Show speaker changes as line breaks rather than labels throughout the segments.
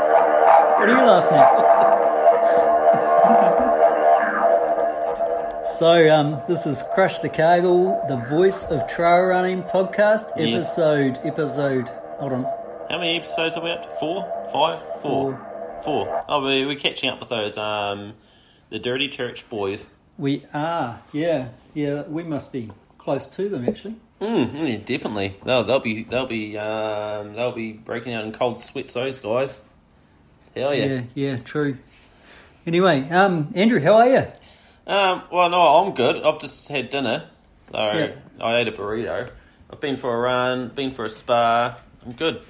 What are you laughing at? so, um, this is Crush the Cable, the Voice of Trail Running podcast,
Yes.
episode, episode, hold on,
How many episodes are we up to? Four, five, four, four. Oh, we, we're catching up with those. Um, the Dirty Church Boys.
we are, yeah, yeah, we must be close to them actually.
Mm, yeah, definitely. They'll, they'll be they'll be um, they'll be breaking out in cold sweats. Those guys. Hell yeah.
yeah, yeah, true. Anyway, um, Andrew, how are you?
Um, well, no, I'm good. I've just had dinner. So
Yeah.
I ate a burrito. I've been for a run. Been for a spa. I'm good.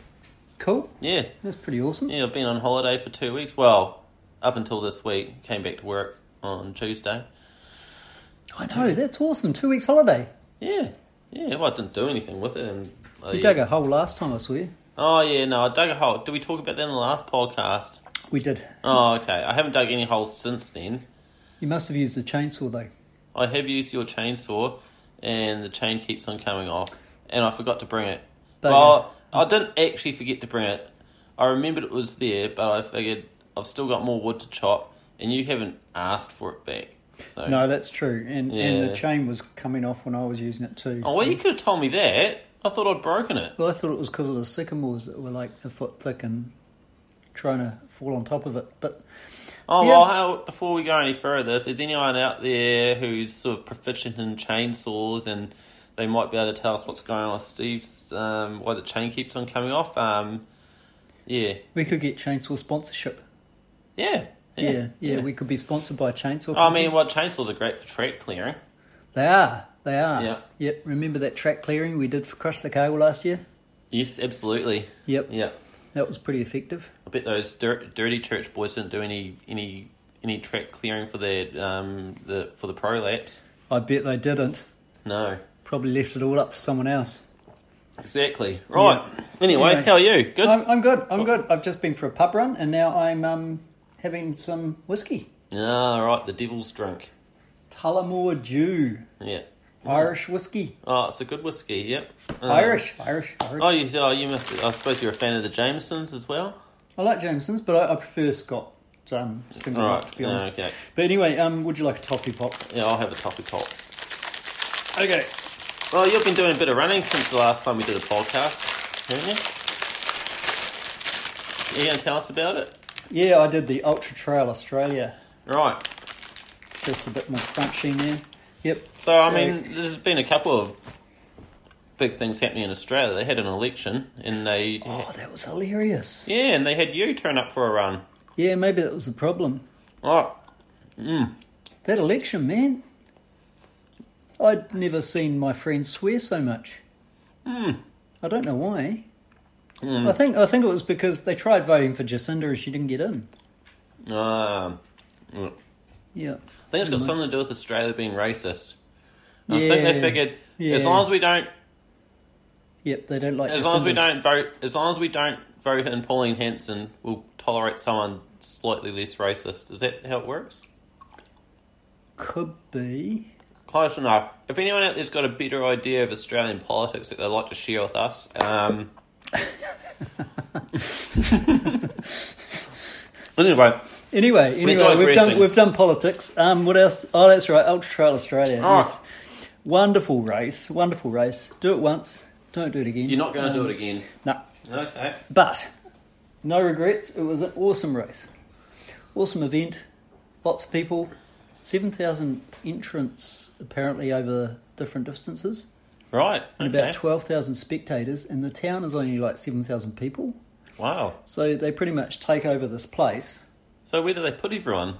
Cool,
Yeah.
that's pretty awesome.
Yeah, I've been on holiday for two weeks. Well, up until this week, came back to work on Tuesday.
I know, that's awesome. Two weeks holiday.
Yeah, yeah. Well, I didn't do anything with it, and I-
We dug a hole last time, I swear.
Oh yeah, no, I dug a hole. Did we talk about that in the last podcast?
We did.
Oh, okay. I haven't dug any holes since then.
You must have used the chainsaw though.
I have used your chainsaw, and the chain keeps on coming off, and I forgot to bring it.
Bugger.
well, I didn't actually forget to bring it. I remembered it was there, but I figured I've still got more wood to chop, and you haven't asked for it back. So.
No, that's true. And and
Yeah.
the chain was coming off when I was using it too.
Oh,
so-
well, you could have told me that. I thought I'd broken it.
Well, I thought it was because of the sycamores that were like a foot thick and trying to fall on top of it. But
Oh,
Yeah.
well, how, before we go any further, if there's anyone out there who's sort of proficient in chainsaws and they might be able to tell us what's going on with Steve's, um, why the chain keeps on coming off, um, yeah.
we could get chainsaw sponsorship.
Yeah.
Yeah, yeah, we could be sponsored by a chainsaw.
I
company.
mean, well, chainsaws are great for track clearing.
they are. They are.
Yeah.
Yep. Remember that track clearing we did for Crush the Cable last year?
Yes, absolutely.
Yep.
Yeah.
That was pretty effective.
I bet those dir- dirty church boys didn't do any any any track clearing for their um the for the prolapse.
I bet they didn't.
No.
Probably left it all up for someone else.
Exactly. Right. Anyway,
Anyway.
how are you? Good. Oh.
I'm, I'm good. I'm good. I've just been for a pub run, and now I'm um, having some whiskey.
Ah, right. The devil's drink.
Tullamore Dew,
Yeah.
Irish whiskey,
Oh, it's a good whiskey. Yep. Uh,
Irish, Irish, Irish.
Oh, you. Oh, you must. I suppose you're a fan of the Jamesons as well.
I like Jameson's, but I, I prefer Scott um, single
All right.
malt, to be honest.
Okay.
But anyway, um, would you like a toffee pop?
Yeah, I'll have a toffee pop.
Okay.
Well, you've been doing a bit of running since the last time we did a podcast, haven't you? You gonna tell us about it?
Yeah, I did the Ultra Trail Australia.
Right.
Just a bit more crunchy in there. Yep.
So, I mean, there's been a couple of big things happening in Australia. They had an election, and they
Oh, that was hilarious.
yeah, and they had you turn up for a run.
Yeah, maybe that was the problem.
Right.
That election, man. I'd never seen my friends swear so much.
Hmm.
I don't know why. I think I think it was because they tried voting for Jacinda and she didn't get in.
Um. mm.
Yeah.
I think it's got
Mm.
something to do with Australia being racist. I
yeah.
think they figured as
Yeah.
long as we don't,
Yep, they don't like
as long as we
Jacinders.
don't vote, as long as we don't vote in Pauline Hanson, we'll tolerate someone slightly less racist. Is that how it works?
could be.
Close enough. If anyone out there's got a better idea of Australian politics that they'd like to share with us, um, anyway,
Anyway, anyway, we've done
digressing.
we've done politics. Um, what else? Oh, that's right, Ultra Trail Australia.
Oh.
Yes, wonderful race, wonderful race. Do it once, don't do it again.
you're not going to
Um,
do it again.
No,
Okay.
But no regrets. It was an awesome race, awesome event. Lots of people, seven thousand entrants apparently over different distances,
Right.
and
Okay.
about twelve thousand spectators. And the town is only like seven thousand people,
wow.
so they pretty much take over this place.
So where do they put everyone?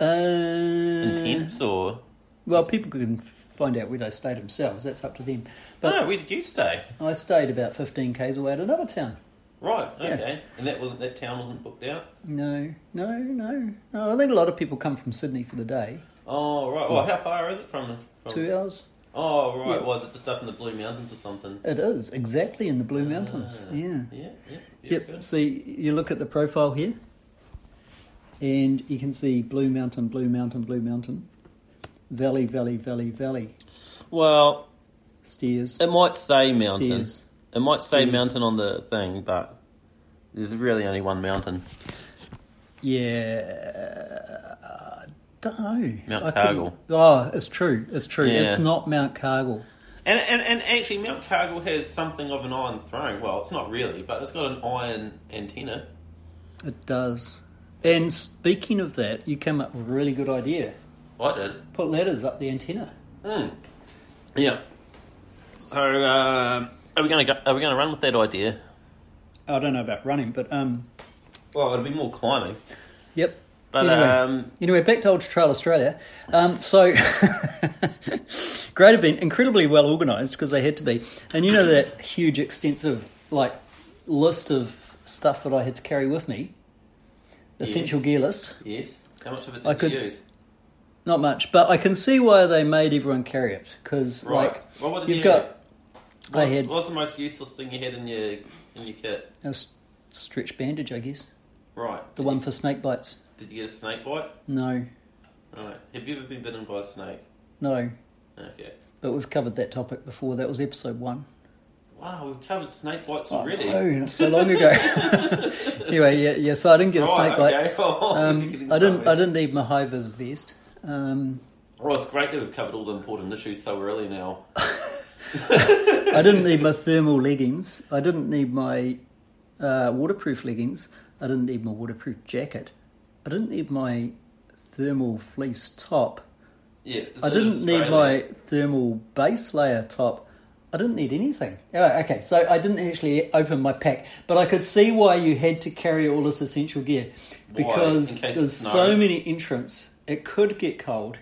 Uh,
In tents or?
Well, people can find out where they stay themselves. That's up to them.
no,
But
where did you stay?
I stayed about fifteen k's away at another town.
Right.
Yeah.
Okay. And that wasn't that town wasn't booked out.
No, no, no, no. I think a lot of people come from Sydney for the day.
Oh right. Well, how far is it from? from
Two hours.
Oh right.
Yeah.
Was it just up in the Blue Mountains or something?
It is exactly in the Blue Mountains.
Ah,
yeah.
Yeah. Yeah. yeah,
Yep.
good.
So y- you look at the profile here, and you can see Blue Mountain, Blue Mountain, Blue Mountain, Valley, Valley, Valley, Valley,
Well,
stairs,
it might say mountain.
stairs.
It might say
Yes.
mountain on the thing, but there's really only one mountain.
Yeah, I don't know.
Mount
I couldn't-
Cargill.
Oh, it's true. It's true.
Yeah.
It's not Mount Cargill.
And, and and actually, Mount Cargill has something of an iron throne. Well, it's not really, but it's got an iron antenna.
It does. And speaking of that, you came up with a really good idea.
I did.
Put letters up the antenna.
Mm. Yeah. So, um are we going to go? Are we going to run with that idea?
I don't know about running, but um,
Well, it'll be more climbing.
yep.
But
Anyway.
um,
Anyway, back to Ultra Trail Australia. Um, so, great event, incredibly well organised because they had to be. And you know that huge, extensive like list of stuff that I had to carry with me, essential
Yes.
gear list.
yes, how much of it did
I
you
could-
use?
Not much, but I can see why they made everyone carry it because
Right.
like
well, what did
you've
you?
got
what was,
I had-
what was the most useless thing you had in your in your kit?
a s- stretch bandage, I guess,
Right.
the one for snake bites.
Did you get a snake bite?
No,
Right. Have you ever been bitten by a snake?
no,
Okay.
but we've covered that topic before. That was episode one.
Wow, we've covered snake bites
Oh,
already.
no, so long ago. anyway, yeah, yeah. So I didn't get a snake bite.
okay. Oh, You're
Um,
getting
I didn't. I
somewhere.
didn't need my high vis vest. Um,
Well, it's great that we've covered all the important issues so early now.
I didn't need my thermal leggings. I didn't need my uh, waterproof leggings. I didn't need my waterproof jacket. I didn't need my thermal fleece top.
Yeah, this
I
is
didn't need my
Australia.
thermal base layer top. I didn't need anything. Oh, okay, so I didn't actually open my pack, but I could see why you had to carry all this essential gear because
In case it
there's so
snows.
many entrants. It could get cold,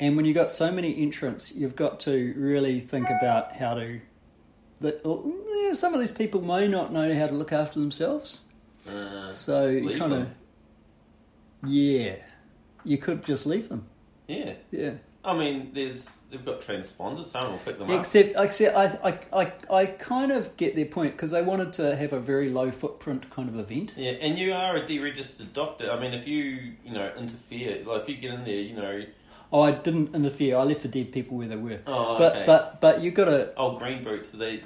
and when you've got so many entrants, you've got to really think about how to. That oh, yeah, some of these people may not know how to look after themselves,
Uh,
so you
Leave
kind of
them.
yeah, you could just leave them.
yeah,
Yeah.
I mean, there's they've got transponders. Someone will pick them up.
Except, except I, I, I, I kind of get their point because they wanted to have a very low footprint kind of event.
Yeah, and you are a deregistered doctor. I mean, if you you know interfere, like if you get in there, you know,
Oh, I didn't interfere. I left the dead people where they were.
oh,
but,
okay.
but, but you gotta,
oh, green boots. So they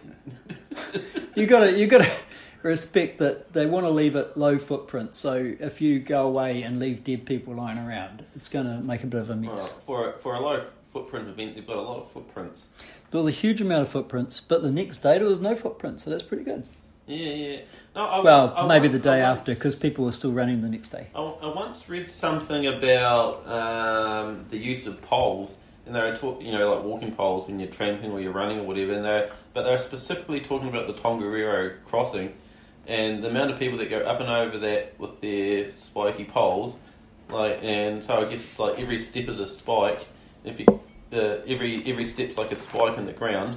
you gotta, you gotta respect that they want to leave it low footprint. So if you go away and leave dead people lying around, it's gonna make a bit of a mess.
well, for a- for a low footprint event, they've got a lot of footprints.
There was a huge amount of footprints, but the next day there was no footprint, so that's pretty good.
Yeah, yeah. No, I,
Well,
I
maybe the
once-
day
I once-
after because people were still running the next day.
I, I once read something about um, the use of poles, and they were talk, you know, like walking poles when you're tramping or you're running or whatever. And they, but they're specifically talking about the Tongariro crossing, and the amount of people that go up and over that with their spiky poles, like, and so I guess it's like every step is a spike. If you, uh, every every step's like a spike in the ground.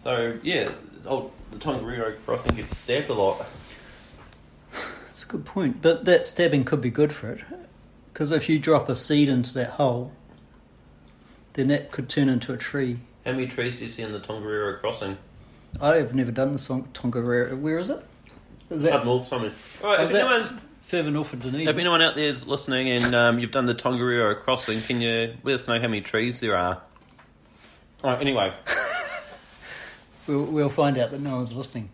So yeah, oh, the Tongariro crossing gets stabbed a lot.
That's a good point, but that stabbing could be good for it, because if you drop a seed into that hole, then that could turn into a tree.
How many trees do you see in the Tongariro crossing?
I have never done the song Tongariro. Where is it? Is
up
that
north somewhere. All right,
Is
if,
that-
anyone's,
further north of
if
Dunedin?
anyone out there is listening and um, you've done the Tongariro crossing, can you let us know how many trees there are? All right, anyway.
We'll, we'll find out that no one's listening.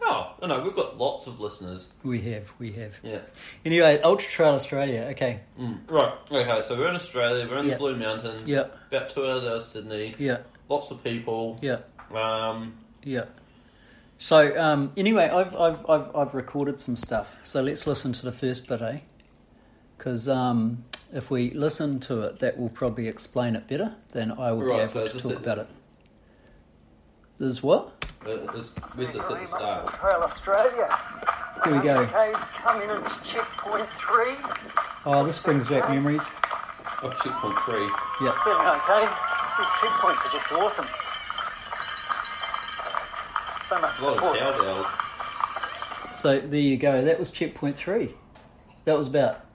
Oh, no, no, we've got lots of listeners.
We have, we have.
Yeah.
Anyway, Ultra Trail Australia. Okay,
Mm. Right, okay, so we're in Australia, we're in
Yeah.
the Blue Mountains.
Yeah.
About two hours out of Sydney.
yeah,
Lots of people.
yeah,
Um,
yeah. So um, anyway, I've, I've I've I've recorded some stuff. So let's listen to the first bit, eh? Because um, if we listen to it, that will probably explain it better than I will
Right,
be able
so it's
to
just
talk
that-
about it. There's what?
uh, this, where's this at the
Very much
start?
Trail Australia.
Here we go.
K's coming into checkpoint three.
Oh, this brings back memories.
Oh, checkpoint three.
Yeah.
Feeling okay. These checkpoints are just awesome. So much
A lot of
support.
cowbells.
So there you go. That was checkpoint three. That was about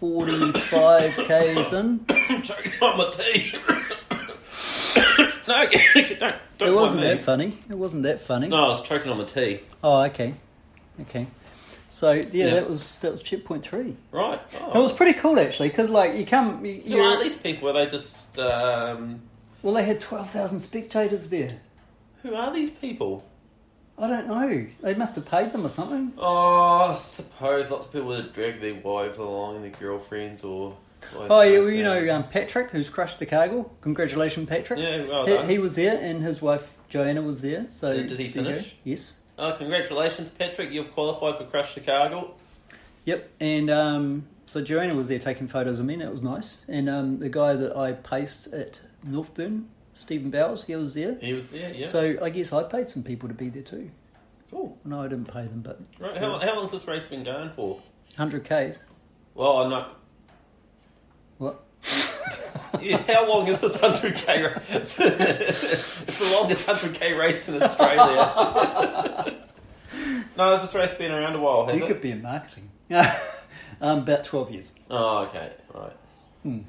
forty-five k's in.
I'm choking on my tea. no, don't, don't
It wasn't
mind
that
me.
funny. It wasn't that funny.
No, I was choking on my tea.
Oh, okay, okay. So yeah,
Yeah.
that was that was checkpoint three.
Right. Oh.
It was pretty cool actually, because like you come, you,
You
you're-
know, these people? Are they just? Um,
well, they had twelve thousand spectators there.
who are these people?
I don't know. They must have paid them or something.
Oh, I suppose lots of people would drag their wives along, their girlfriends, or. or
Oh yeah, well, you
something.
know um, Patrick, who's crushed the cable. Congratulations, Patrick.
Yeah, well
he,
done.
he was there, and his wife Joanna was there. So
Did- did he
there you go.
finish?
Yes.
Oh, congratulations, Patrick! You've qualified for Crush Chicago.
Yep. And um, so Joanna was there taking photos of me, and it was nice. And um, the guy that I paced at Northburn, Stephen Bowles, he was there.
He was there, yeah.
So I guess I paid some people to be there too.
cool.
No, I didn't pay them, but
Right, how, how long's this race been going for?
100 k's.
Well, I'm not.
What?
Yes, how long is this 100k race? it's the longest 100k race in Australia. no, has this race been around a while, has
you
it?
could be in marketing. um, about 12 years.
Oh, okay, right.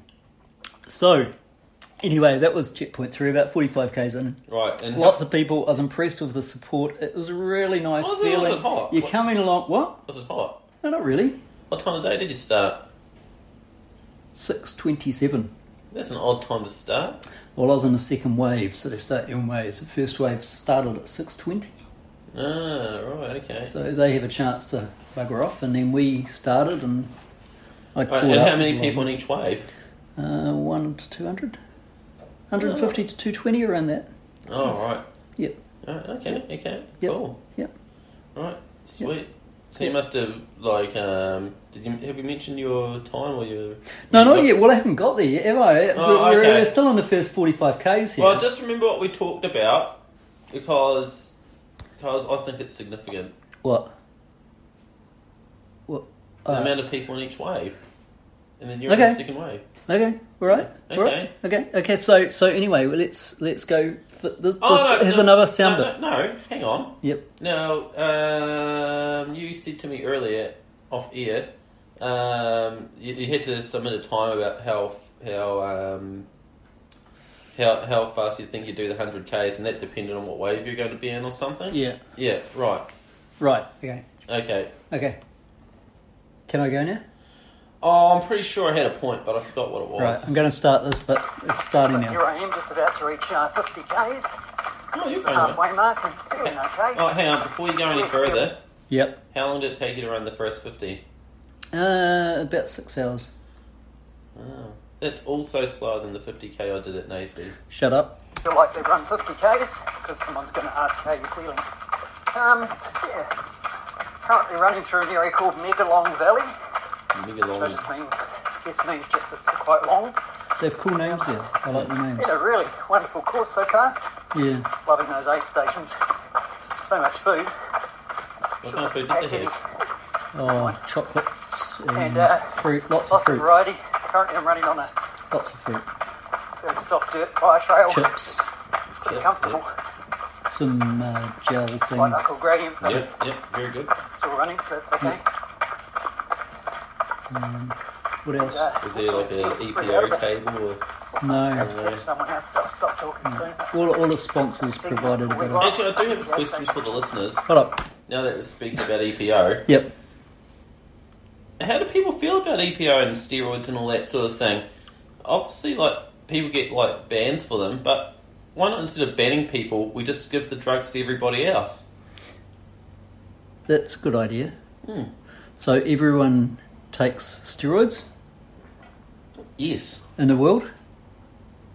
So, anyway, that was checkpoint three, about 45 k's in.
Right, and
Lots of people. I was impressed with the support. It was a really nice
Was Oh, it- was
feeling.
it hot?
You're
What-
coming along. What?
was it hot?
No, not really.
What time of day did you start?
627.
That's an odd time to start.
Well, I was in the second wave, so they start in waves. The first wave started at 6.20,
Ah, right, okay.
so they have a chance to bugger off, and then we started, and I
Right,
caught
and
up.
how many people in each wave?
Uh, 1 to 200. 150 to 220 around that.
Oh, right.
Yep,
Right, okay, okay,
Yep.
cool.
yep.
Right, sweet. So you must have like um, did you have you mentioned your time or your?
No,
your-
not yet. Well, I haven't got there yet, have I?
Oh,
we're,
okay.
we're still on the first 45Ks here.
Well, just remember what we talked about because because I think it's significant.
What? What?
The
Uh,
amount of people in each wave, and then you're in
Okay.
the second wave.
Okay, all right.
Okay.
all right, Okay. Okay. So, so anyway, well, let's let's go. For, this,
Oh,
this-
no,
here's
no,
another sound
no,
bit.
no, no, hang on.
Yep.
Now, um, you said to me earlier off air, um, you, you had to submit a time about how f- how um, how how fast you think you do the hundred k's, and that depended on what wave you're going to be in or something.
Yeah.
Yeah. Right.
Right. Okay.
Okay.
Okay. Can I go now?
Oh, I'm pretty sure I had a point, but I forgot what it was.
Right. I'm going to start this, but it's starting
So here
now.
I am, just about to reach uh, 50 k's,
Oh, you're
it's the
fine, mate.
halfway mark, and feeling okay.
Oh, hang on. Before you go any further,
Yep.
how long did it take you to run the first fifty?
Uh, about six hours.
Oh, that's also slower than the fifty k I did at Naseby.
Shut up.
feel like they've run 50 k's because someone's going to ask how you're feeling. Um, yeah. Currently running through an area called Megalong Valley,
Mega
which I
long.
just mean, this means just that it's quite long.
They have cool names here. I like the names.
Yeah, really wonderful course so far.
Yeah.
Loving those aid stations. So much food.
What kind of food did they have?
Oh, chocolates and,
And, uh,
fruit. Lots of
Lots of
fruit.
variety. Currently, I'm running on a
Lots of fruit.
very soft dirt fire trail.
Chips.
Pretty comfortable,
Some uh, gel
like
things.
Uncle Gradient, but
Yep, yep, very good.
still running, so it's okay.
What else?
Uh,
Was there like E an
it's pretty over.
EPO table or?
No.
Talk to Someone else, so I'll stop talking soon.
All all the sponsors provided a bit of.
Actually, I do have a question for the listeners.
Hold up.
Now that we're speaking about EPO,
Yep.
how do people feel about EPO and steroids and all that sort of thing? Obviously, like people get like bans for them, but why not instead of banning people, we just give the drugs to everybody else?
That's a good idea.
Hmm.
So everyone takes steroids
Yes,
in the world.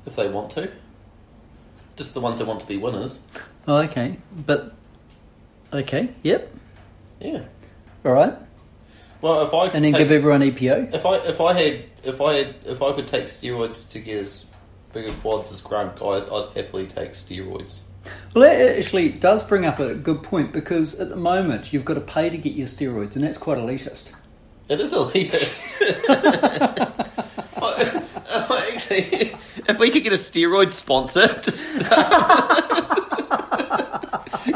if they want to. Just the ones that want to be winners.
Oh, okay, but okay, yep,
Yeah.
all right,
Well, if I could
and then
take-
give everyone E EPO.
If I if I had if I had if I could take steroids to get as big a quads as Grant guys, I'd happily take steroids.
Well, that actually does bring up a good point because at the moment you've got to pay to get your steroids, and that's quite elitist.
It is elitist. I, I actually, if we could get a steroid sponsor, just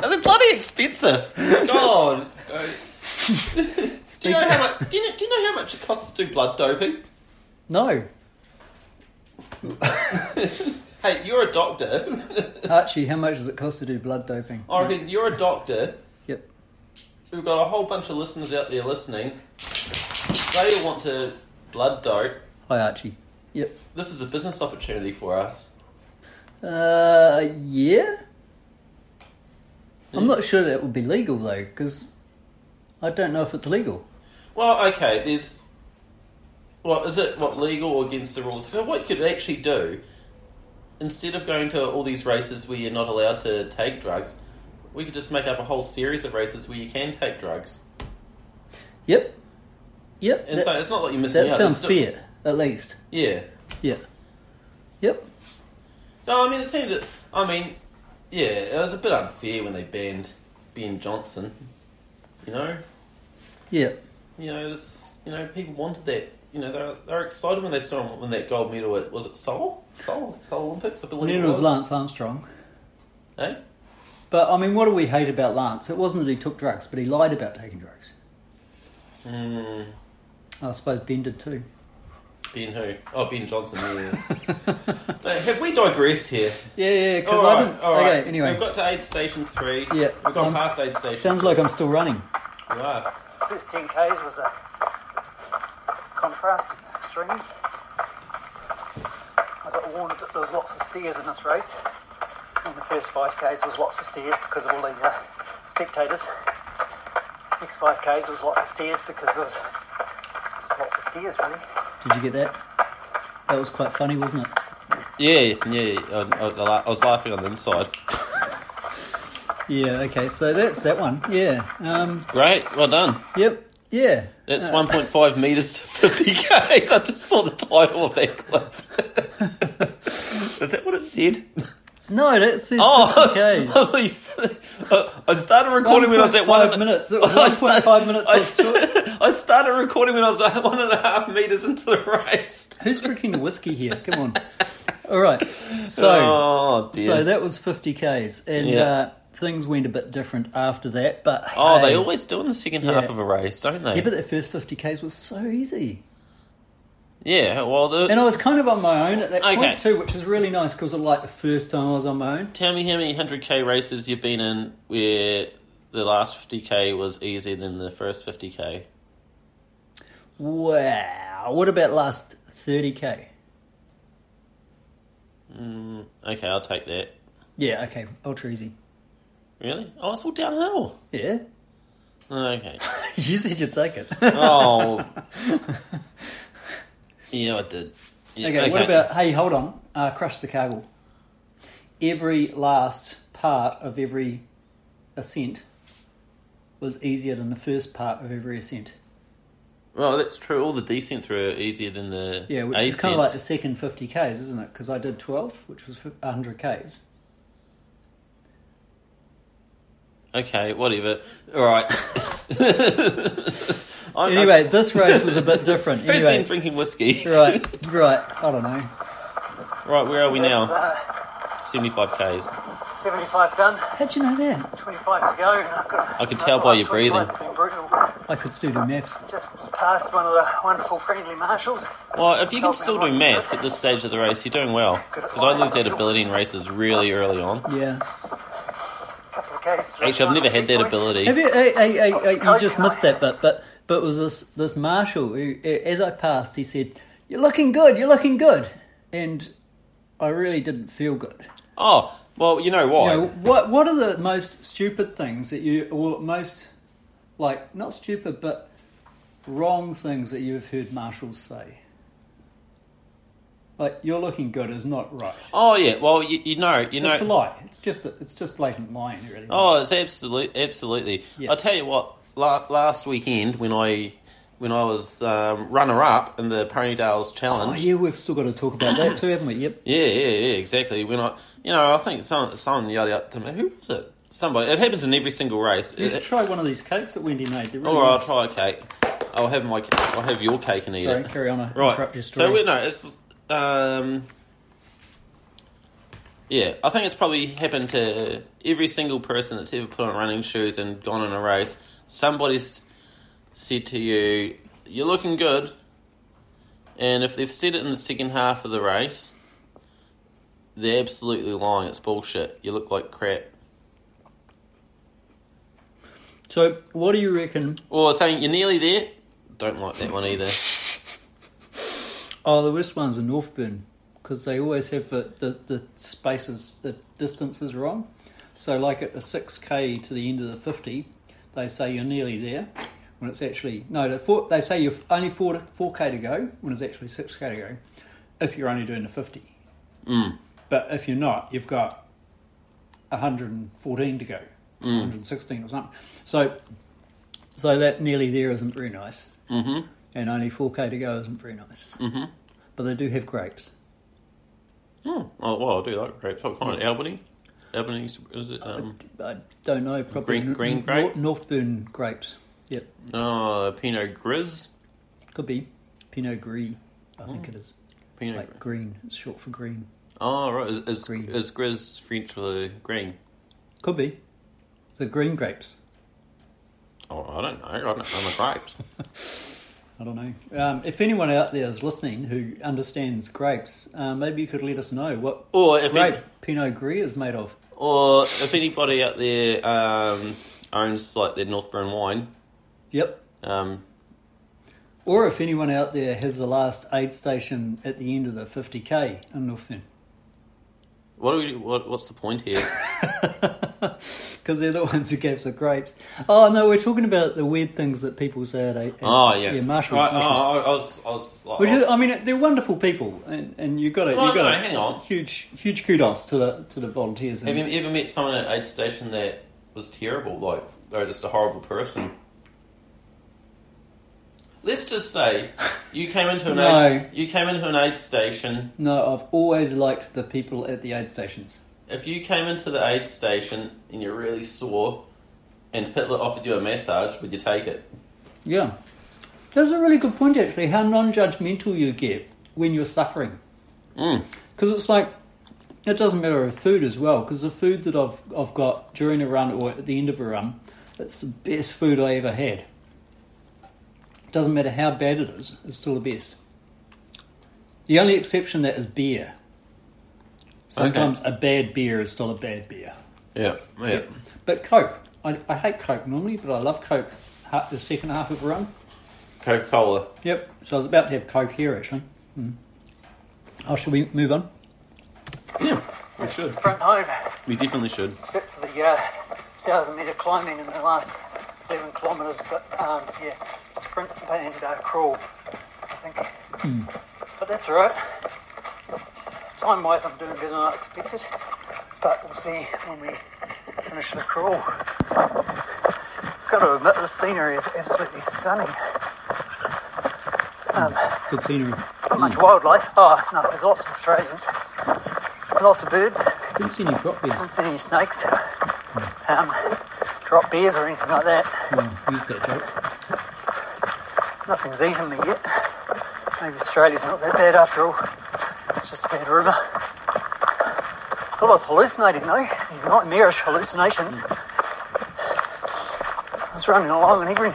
they're bloody expensive. God. do you know how much? Do you know, do you know how much it costs to do blood doping?
No,
Hey, you're a doctor.
Archie, how much does it cost to do blood doping?
I reckon you're a doctor.
Yep.
We've got a whole bunch of listeners out there listening. They all want to blood dope.
Hi, Archie. Yep.
This is a business opportunity for us.
Uh, yeah. I'm not sure that would be legal though, because I don't know if it's legal.
Well, okay, there's. Well, is it what legal or against the rules? So What you could actually do, instead of going to all these races where you're not allowed to take drugs, we could just make up a whole series of races where you can take drugs.
Yep. Yep.
And
that-
so it's not like you're missing
That
out.
sounds
it's still-
fair, at least.
Yeah.
Yeah. Yep.
No, I mean it seemed. that- I mean, yeah, it was a bit unfair when they banned Ben Johnson. You know,
Yeah.
you know, it's, you know, people wanted that. You know, they're they're excited when they saw him win that gold medal. At, was it Seoul? Seoul, Seoul Olympics,
And
I believe.
then it was Lance Armstrong.
Eh?
But I mean, what do we hate about Lance? It wasn't that he took drugs, but he lied about taking drugs.
Mm,
I suppose Ben did too.
ben who? Oh, Ben Johnson. Yeah. Uh, Have we digressed here?
Yeah, yeah, because
All
I
right,
didn't.
all right.
Okay, anyway.
we've got to aid station three.
Yeah,
we've
I'm-
gone past aid station.
Sounds like I'm still running.
We are.
First 10Ks was a contrast in extremes. I got warned that there was lots of stairs in this race. In the first 5Ks there was lots of stairs because of all the uh, spectators. Next 5Ks there was lots of stairs because there was just lots of stairs really.
Did you get that? That was quite funny, wasn't it?
Yeah, yeah. yeah. I, I, I la- I was laughing on the inside.
Yeah. Okay. So that's that one. Yeah. Um,
Great, well done.
yep. Yeah.
That's
Uh,
1.5 meters to 50k. I just saw the title of that clip. Is that what it said?
No, that's says
Oh,
50 Ks.
holy s- uh, I started recording when I was at one
1.5
and-
minutes. It was
I started-
1.5 minutes
I
I saw it.
st- I started recording when I was at one and a half meters into the race.
Who's drinking the whiskey here? Come on. All right. So.
oh dear.
So that was 50 Ks, and
Yeah.
uh, things went a bit different after that. But
oh,
hey,
they always do in the second half
Yeah.
of a race, don't they?
yeah, but that first 50 Ks was so easy,
Yeah, well, the,
and I was kind of on my own at that
Okay.
point too, which is really nice because like the first time I was on my own.
tell me how many 100k races you've been in where the last 50k was easier than the first 50k.
Wow, what about last 30 K?
Okay, I'll take that.
Yeah, okay, ultra easy.
Really? Oh, it's all downhill.
Yeah,
Okay.
you said you'd take it.
Oh. yeah, I did. Yeah,
Okay, what about hey, hold on, uh, crush the cargo. Every last part of every ascent was easier than the first part of every ascent.
Well, that's true. All the descents were easier than the
Yeah, which is kind of like the second 50 Ks, isn't it? Because I did 12, which was 100 Ks.
Okay, whatever. All right. I- I-
Anyway, this race was a bit different.
who's been
Anyway,
drinking whiskey?
right, right, I don't know.
right. Where are we
That's,
now? Seventy-five k's.
Uh, 75 done,
How'd you know that?
25 to go. and I've got-
I can tell by your
my social
breathing.
life has been brutal.
I could still do maths.
Just passed one of the wonderful friendly marshals.
Well, if you can still do maths at this stage of the race, you're doing well. Because I lose that ability in races really early on.
Yeah.
Couple of cases.
Actually, I've never had that
Have
ability.
you, hey, hey, hey, hey, you just missed that bit, but, but it was this, this marshal who, a- as I passed, he said, You're looking good, you're looking good. And I really didn't feel good.
Oh, well, you know
You
why?
know, what what are the most stupid things that you or most like not stupid but wrong things that you've heard marshals say? Like you're looking good is not right.
Oh yeah, well you, you know you know
it's a lie. It's just a, it's just blatant lying, really.
Oh, it's absolutely absolutely.
Yeah.
I tell you what, la- last weekend when I when I was um, runner up in the Ponytails
Oh,
Challenge.
yeah, we've still got to talk about that too, haven't we? Yep.
yeah, yeah, yeah, exactly. When I you know I think someone someone yelled out to me, who was it? Somebody. It happens in every single race.
You
It-
should try one of these cakes that Wendy made. They're really
All right, I'll
nice.
try a cake. I'll have my. ca- I'll have your cake and eat
Sorry,
it.
carry on. I interrupt
Right.
your
So
story.
we no, it's um. Yeah, I think it's probably happened to every single person that's ever put on running shoes and gone on a race. Somebody's said to you, "You're looking good," and if they've said it in the second half of the race, they're absolutely lying. It's bullshit. You look like crap.
so what do you reckon?
Or saying you're nearly there. Don't like that one either.
Oh, the worst one's in Northburn because they always have the, the, the spaces, the distances wrong. So, like at the 6k to the end of the 50, they say you're nearly there. When it's actually no, the four, they say you've only four four k to go. When it's actually six k to go, if you're only doing the 50.
Mm.
But if you're not, you've got 114 to go,
Mm.
116 or something. So, so that nearly there isn't very nice,
Mm-hmm.
and only 4k to go isn't very nice.
Mhm.
But they do have grapes.
Oh, oh, well, I do like grapes. What kind? Albany? Albany, is it? Um,
I don't know. Probably
Green- green
Nor-
grape?
Northburn grapes. Yep,
oh, Pinot Gris.
could be Pinot Gris. I think it is.
Hmm. Pinot
Like
Gris.
green, it's short for green.
Oh, right. Is, is,
Green.
is Gris French for green?
Could be. The green grapes.
Oh, I don't know. I don't know the grapes.
I don't know. Um, if anyone out there is listening who understands grapes, uh, maybe you could let us know what
Or if,
grape
any-
Pinot Gris is made of.
or if anybody out there um, owns like their Northburn wine,
Yep.
um,
Or if anyone out there has the last aid station at the end of the 50k in Northburn.
what do we? What, what's the point here?
Because they're the ones who gave the grapes. Oh, no, we're talking about the weird things that people say at. at
oh yeah,
Yeah, Marshalls.
Right, oh,
Marshalls.
I, I was, I was like,
Which
I
is,
was-
I mean, they're wonderful people, and, and you've got to,
No,
you've got
Oh, no,
to
hang on.
huge huge kudos to the to the volunteers.
have
And,
you ever met someone at an aid station that was terrible? Like they're just a horrible person. Let's just say you came into an
No.
aid, you came into an aid station
no, I've always liked the people at the aid stations.
If you came into the aid station and you're really sore, and Hitler offered you a massage, would you take it?
Yeah, that's a really good point actually. How non-judgmental you get when you're suffering,
Mm.
because it's like it doesn't matter with food as well. Because the food that I've I've got during a run or at the end of a run, it's the best food I ever had. Doesn't matter how bad it is, it's still the best. The only exception to that is beer. Sometimes a bad beer is still a bad beer.
Yeah, yeah.
But Coke, I, I hate Coke normally, but I love Coke ha- the second half of a run.
Coca Cola.
Yep. So I was about to have Coke here actually. Mm. Oh, shall we move on?
Yeah, we
Let's
should.
sprint home.
We definitely should.
except for the uh, 1,000 metre climbing in the last 11 kilometres, but um, yeah, sprint and uh, crawl, I think. But that's all right. Time wise, I'm doing better than I expected, but we'll see when we finish the crawl. Gotta admit, the scenery is absolutely stunning.
Good scenery.
Not much wildlife. Oh, no, there's lots of Australians, lots of birds.
Didn't see any drop beers.
Haven't seen any snakes, um, drop bears or anything like that.
Mm, used that joke.
Nothing's eaten me yet. Maybe Australia's not that bad after all. It's just a bad river. Thought I was hallucinating though. These nightmarish hallucinations. I was running along and every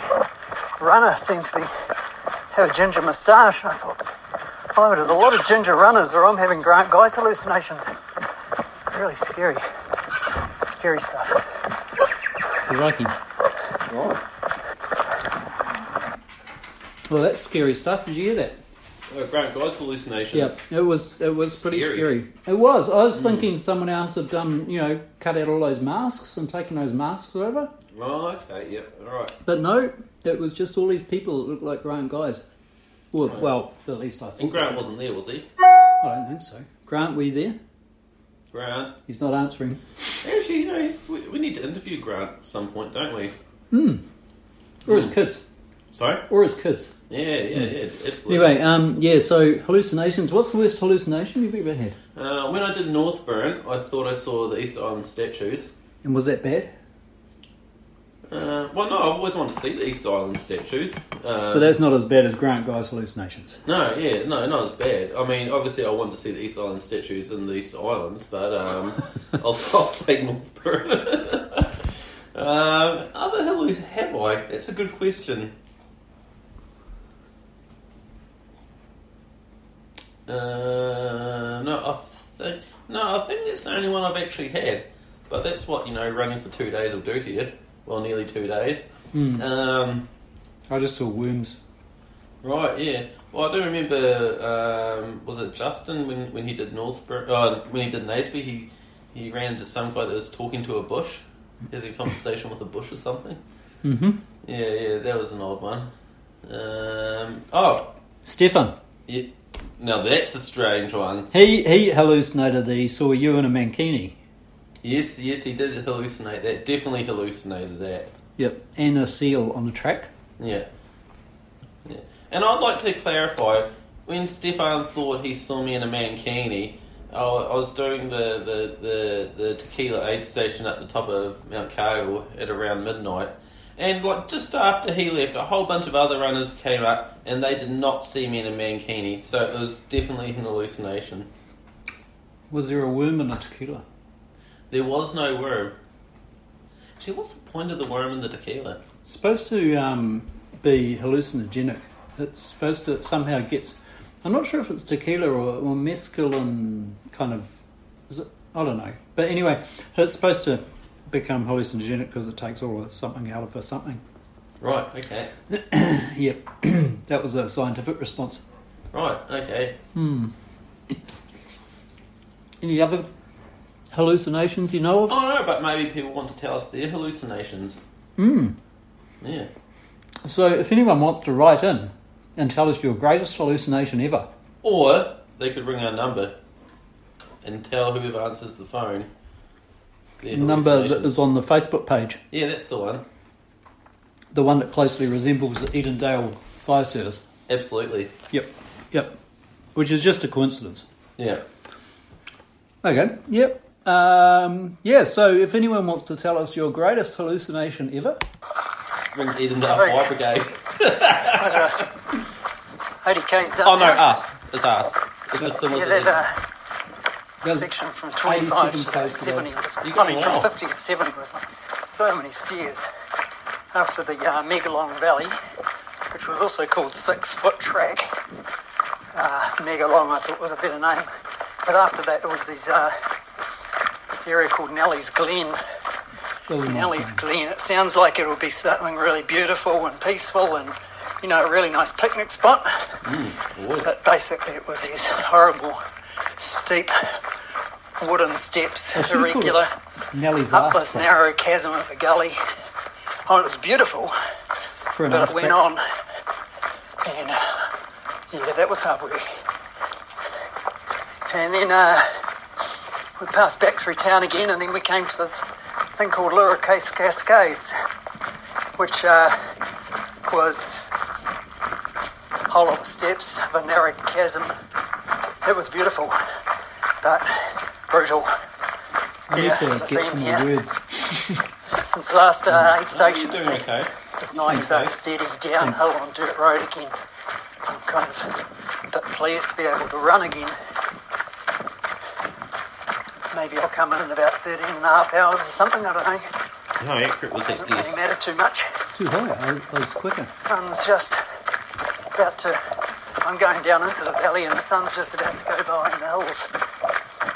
runner seemed to be have a ginger moustache and I thought, oh, there's a lot of ginger runners or I'm having Grant Guy's hallucinations. Really scary. Scary stuff.
You're liking. Well, that's scary stuff. Did you hear that?
Oh, Grant Guy's hallucinations.
Yeah, it was it was pretty
Scary. Hmm.
scary. It was. I was thinking someone else had done, you know, cut out all those masks and taken those masks over.
Oh, okay. Yep. All right.
But no, it was just all these people that looked like Grant guys. Well, well, at least I
And
think.
Grant wasn't there, was he?
I don't think so. Grant, were you there?
Grant.
He's not answering.
Actually, you know, we, we need to interview Grant at some point, don't we?
Or his kids.
Sorry.
Or his kids.
Yeah, yeah, yeah. Absolutely.
Anyway, um, yeah. So hallucinations. What's the worst hallucination you've ever had?
uh, when I did Northburn, I thought I saw the Easter Island statues.
And was that bad?
Uh, well, no, I've always wanted to see the Easter Island statues. Uh,
so that's not as bad as Grant Guy's hallucinations.
No, yeah, no, not as bad. I mean, obviously, I want to see the East Island statues in the East Islands, but um, I'll, I'll take Northburn. um, other hills have I? That's a good question. Uh, no, I think no, I think that's the only one I've actually had. But that's what you know, running for two days will do to you. Well, nearly two days.
Hmm.
Um,
I just saw worms.
Right, yeah. Well, I do remember. Um, was it Justin when, when he did Northbrook? Uh, when he did Naseby, he He ran into some guy that was talking to a bush. Has a conversation with a bush or something.
Mm-hmm.
Yeah, yeah, that was an odd one. Um, oh,
Stefan,
yeah, now that's a strange one.
he, he hallucinated that he saw you in a mankini.
Yes, yes, he did hallucinate that. Definitely hallucinated that.
Yep. And a seal on a track.
Yeah. yeah. And I'd like to clarify when Stefan thought he saw me in a mankini, I, I was doing the, the, the, the tequila aid station at the top of Mount Cargill at around midnight. And like just after he left, a whole bunch of other runners came up and they did not see me in a mankini, so it was definitely an hallucination.
Was there a worm in a tequila?
There was no worm. Actually, what's the point of the worm in the tequila?
supposed to um, be hallucinogenic. It's supposed to somehow gets. I'm not sure if it's tequila or, or mezcal and kind of. Is it, I don't know. But anyway, it's supposed to become hallucinogenic because it takes all of something out of us something.
Right, okay.
Yep, that was a scientific response.
Right, okay.
Hmm. Any other hallucinations you know of?
I don't know, but maybe people want to tell us their hallucinations.
Hmm.
Yeah.
So if anyone wants to write in and tell us your greatest hallucination ever,
Or they could ring our number and tell whoever answers the phone.
the
their
number that
hallucination.
is on the Facebook page.
Yeah, that's the one.
The one that closely resembles the Edendale fire service.
Absolutely.
Yep. Yep. Which is just a coincidence.
Yeah.
Okay. Yep. Um, yeah, so if anyone wants to tell us your greatest hallucination ever,
Ring Edendale
Sorry.
Fire Brigade.
80k's done.
Oh no,
now.
us. It's us. It's just similar
Yeah,
to the-
that uh,
Goes
section from 25 to
87
about
posts
70
today.
was, I
You got
mean,
more.
from 50 to 70 was like, so many stairs after the uh, Megalong Valley, which was also called Six Foot Track. Uh, Megalong, I thought, was a better name. But after that, it was these, uh, this area called Nelly's Glen.
really nice
Nelly's
one.
Glen. It sounds like it'll be something really beautiful and peaceful and, you know, a really nice picnic spot.
Wood.
But basically, it was these horrible, steep wooden steps,
I should've
irregular,
called Nelly's
up
ass
this
crack
narrow chasm of a gully. Oh, it was beautiful,
for an
but
ass
it went
crack.
on. And uh, yeah, that was hard work. And then uh, we passed back through town again, and then we came to this thing called Luricase Cascades, which uh, was a whole lot of steps of a narrow chasm. It was beautiful, but brutal.
I need
yeah, it's
to get
a theme
some
here.
words.
Since last uh, aid
Are you
stations,
doing okay?
it's nice, uh,
Okay.
steady downhill on dirt road again. I'm kind of a bit pleased to be able to run again. Maybe I'll come in in about 13 and a half hours or something, I don't know.
How accurate was that
Doesn't really
guess?
matter too much.
Too high. I, I was quicker.
Sun's just about to. I'm going down into the valley and the sun's just about to go behind the hills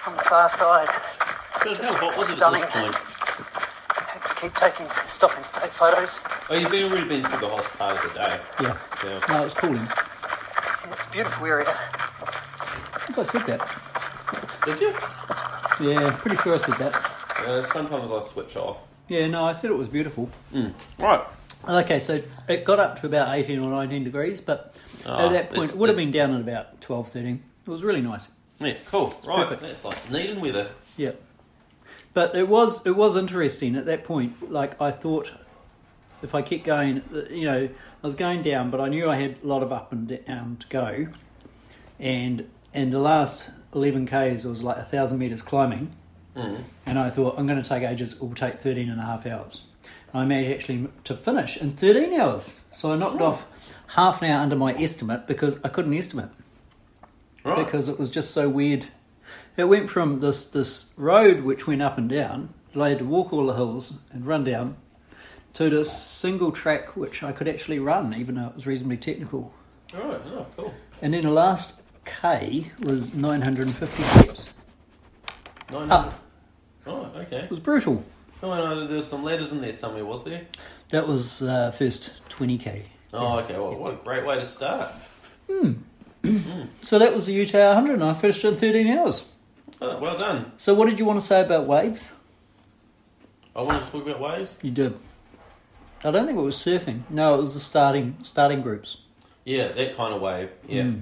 on the far side.
Just How hot was it at
stunning.
this point?
Have to keep taking, stopping to take photos.
Oh, you've been already been through the hottest part of the day.
Yeah.
Yeah.
No, it's cooling.
It's a beautiful area.
I think I said that.
Did you?
Yeah, pretty sure I said that.
Uh, sometimes I switch off.
Yeah, no, I said it was beautiful.
Right.
Okay, so it got up to about 18 or 19 degrees, but
Ah,
at that point,
this-
it would have
this-
been down at about 12, 13. It was really nice.
Yeah, cool. Right.
perfect.
That's like Dunedin weather.
Yeah. But it was it was interesting at that point. Like I thought, if I kept going, you know, I was going down, but I knew I had a lot of up and down to go, and and the last eleven k's was like a thousand meters climbing, and I thought I'm going to take ages. It will take 13 and a half hours. And I managed actually to finish in 13 hours. So I knocked off half an hour under my estimate because I couldn't estimate
Right.
because it was just so weird. It went from this this road which went up and down, that I had to walk all the hills and run down, to this single track which I could actually run, even though it was reasonably technical.
Right. Oh, cool.
And then the last K was 950 steps.
Nine
Up.
Oh, okay.
It was brutal.
Oh, no, there were some letters in there somewhere, was there?
That was uh, first 20K.
Oh, okay. Well, what a great way to start.
So that was the Utah 100, and I finished in 13 hours.
Oh, well done.
So, what did you want to say about waves?
I wanted to talk about waves.
You did. I don't think it was surfing. No, it was the starting starting groups.
Yeah, that kind of wave. Yeah.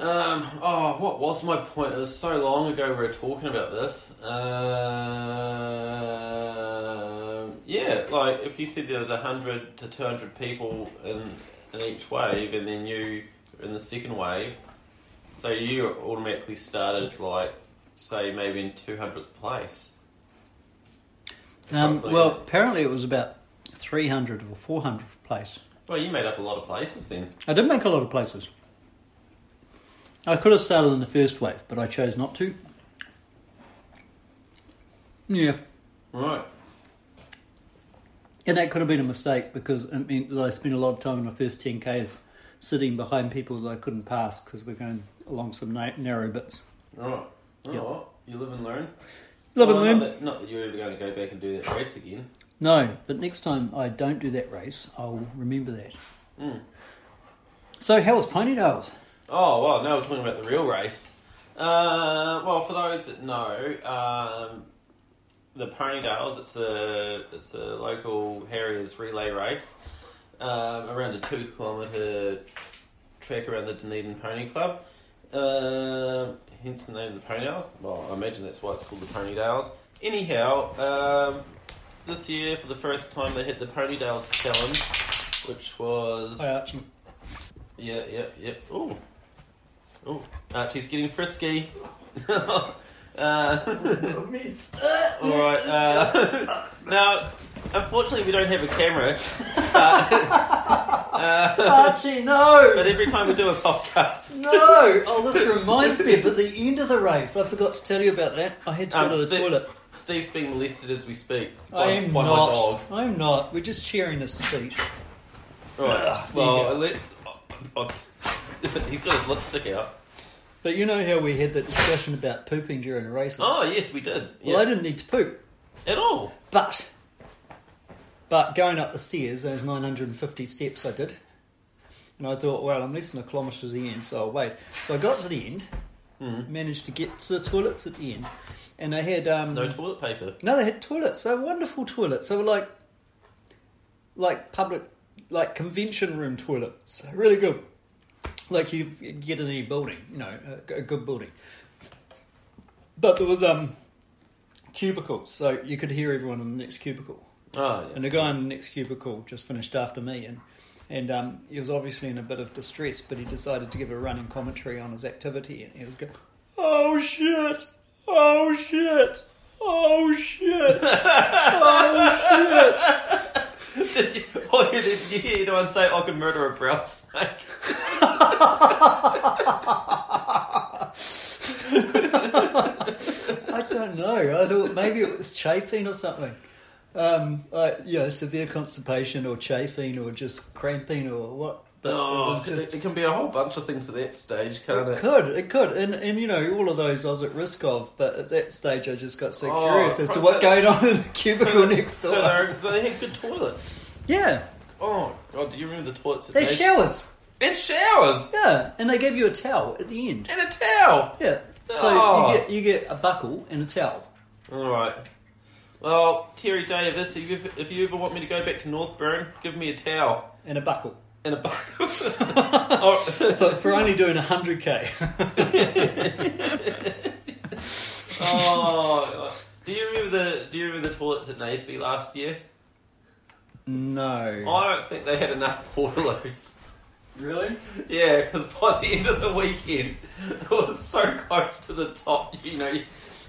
Um. Oh, what was my point? It was so long ago we were talking about this. Um. yeah, like if you said there was hundred to two hundred people in in each wave, and then you in the second wave, so you automatically started like say maybe in two hundredth place.
Um,
Roughly.
well, apparently it was about 300 or 400 place.
Well, you made up a lot of places then.
I did make a lot of places. I could have started in the first wave, but I chose not to. Yeah.
Right.
And that could have been a mistake because it meant that I spent a lot of time in the first 10Ks sitting behind people that I couldn't pass because we're going along some na- narrow bits.
Right.
Yeah.
Alright. You live and learn.
Oh, Love and
Well,
learn.
Not that, not that you're ever going to go back and do that race again.
No, but next time I don't do that race, I'll remember that. Hmm.
Mm.
So, how was Ponytails?
Oh well, now we're talking about the real race. Uh, well, for those that know, um, the Ponytails it's a it's a local Harriers relay race um, around a two kilometre track around the Dunedin Pony Club. Um hence the name of the Ponytails. Well, I imagine that's why it's called the Ponytails. Anyhow, um, this year for the first time they had the Ponytails challenge, which was.
Archie.
Yeah, yeah, yeah. Oh, oh, Archie's getting frisky. uh, all right. Uh, now, unfortunately, we don't have a camera,
Archie, no!
but every time we do a podcast,
No! Oh, this reminds me, but the end of the race, I forgot to tell you about that. I had to go
Um,
to the
Steve-
toilet.
Steve's being molested as we speak.
I
by-
am
by
not.
My dog.
I'm not. We're just sharing a seat.
Right.
Ugh, you
well,
go.
at least- oh, oh, oh. he's got his lipstick out.
But you know how we had that discussion about pooping during races?
Oh yes, we did.
Well, I didn't need to poop.
At all.
But but going up the stairs, those 950 steps I did, and I thought, well, I'm less than a kilometre to the end, so I'll wait. So I got to the end,
Hmm.
managed to get to the toilets at the end, and they had um,
No toilet paper.
no, they had toilets. They were wonderful toilets. They were like like public like convention room toilets. They're Really good. Like you get in any building, you know, a, a good building. But there was um cubicles, so you could hear everyone in the next cubicle.
Oh yeah.
And the guy in the next cubicle just finished after me, and and um, he was obviously in a bit of distress, but he decided to give a running commentary on his activity, and he was going, "Oh shit! Oh shit! Oh shit! Oh shit!"
did you, oh, did you hear anyone say I could murder a brown snake?
I don't know. I thought maybe it was chafing or something. Um, I, you know, severe constipation or chafing or just cramping or what. But
Oh,
it was just
it can be a whole bunch of things at that stage, can't
It
it?
could, it could, and and you know all of those I was at risk of, but at that stage I just got so
Oh,
curious as to
so-
what's going on in the cubicle
So-
next door.
So they're- they had good toilets.
yeah,
Oh god, do you remember the toilets? At
they
Dave-
showers.
and showers
Yeah, and they gave you a towel at the end.
and a towel.
Yeah, so
Oh.
you get you get a buckle and a towel.
All right. Well, Terry Davis, if you, if you ever want me to go back to Northburn, give me a towel
And a buckle
and a buckle. oh,
for, for only doing 100k.
oh, do you remember the Do you remember the toilets at Naseby last year?
no.
I don't think they had enough portalos.
Really?
Yeah, because by the end of the weekend, it was so close to the top. You know, you,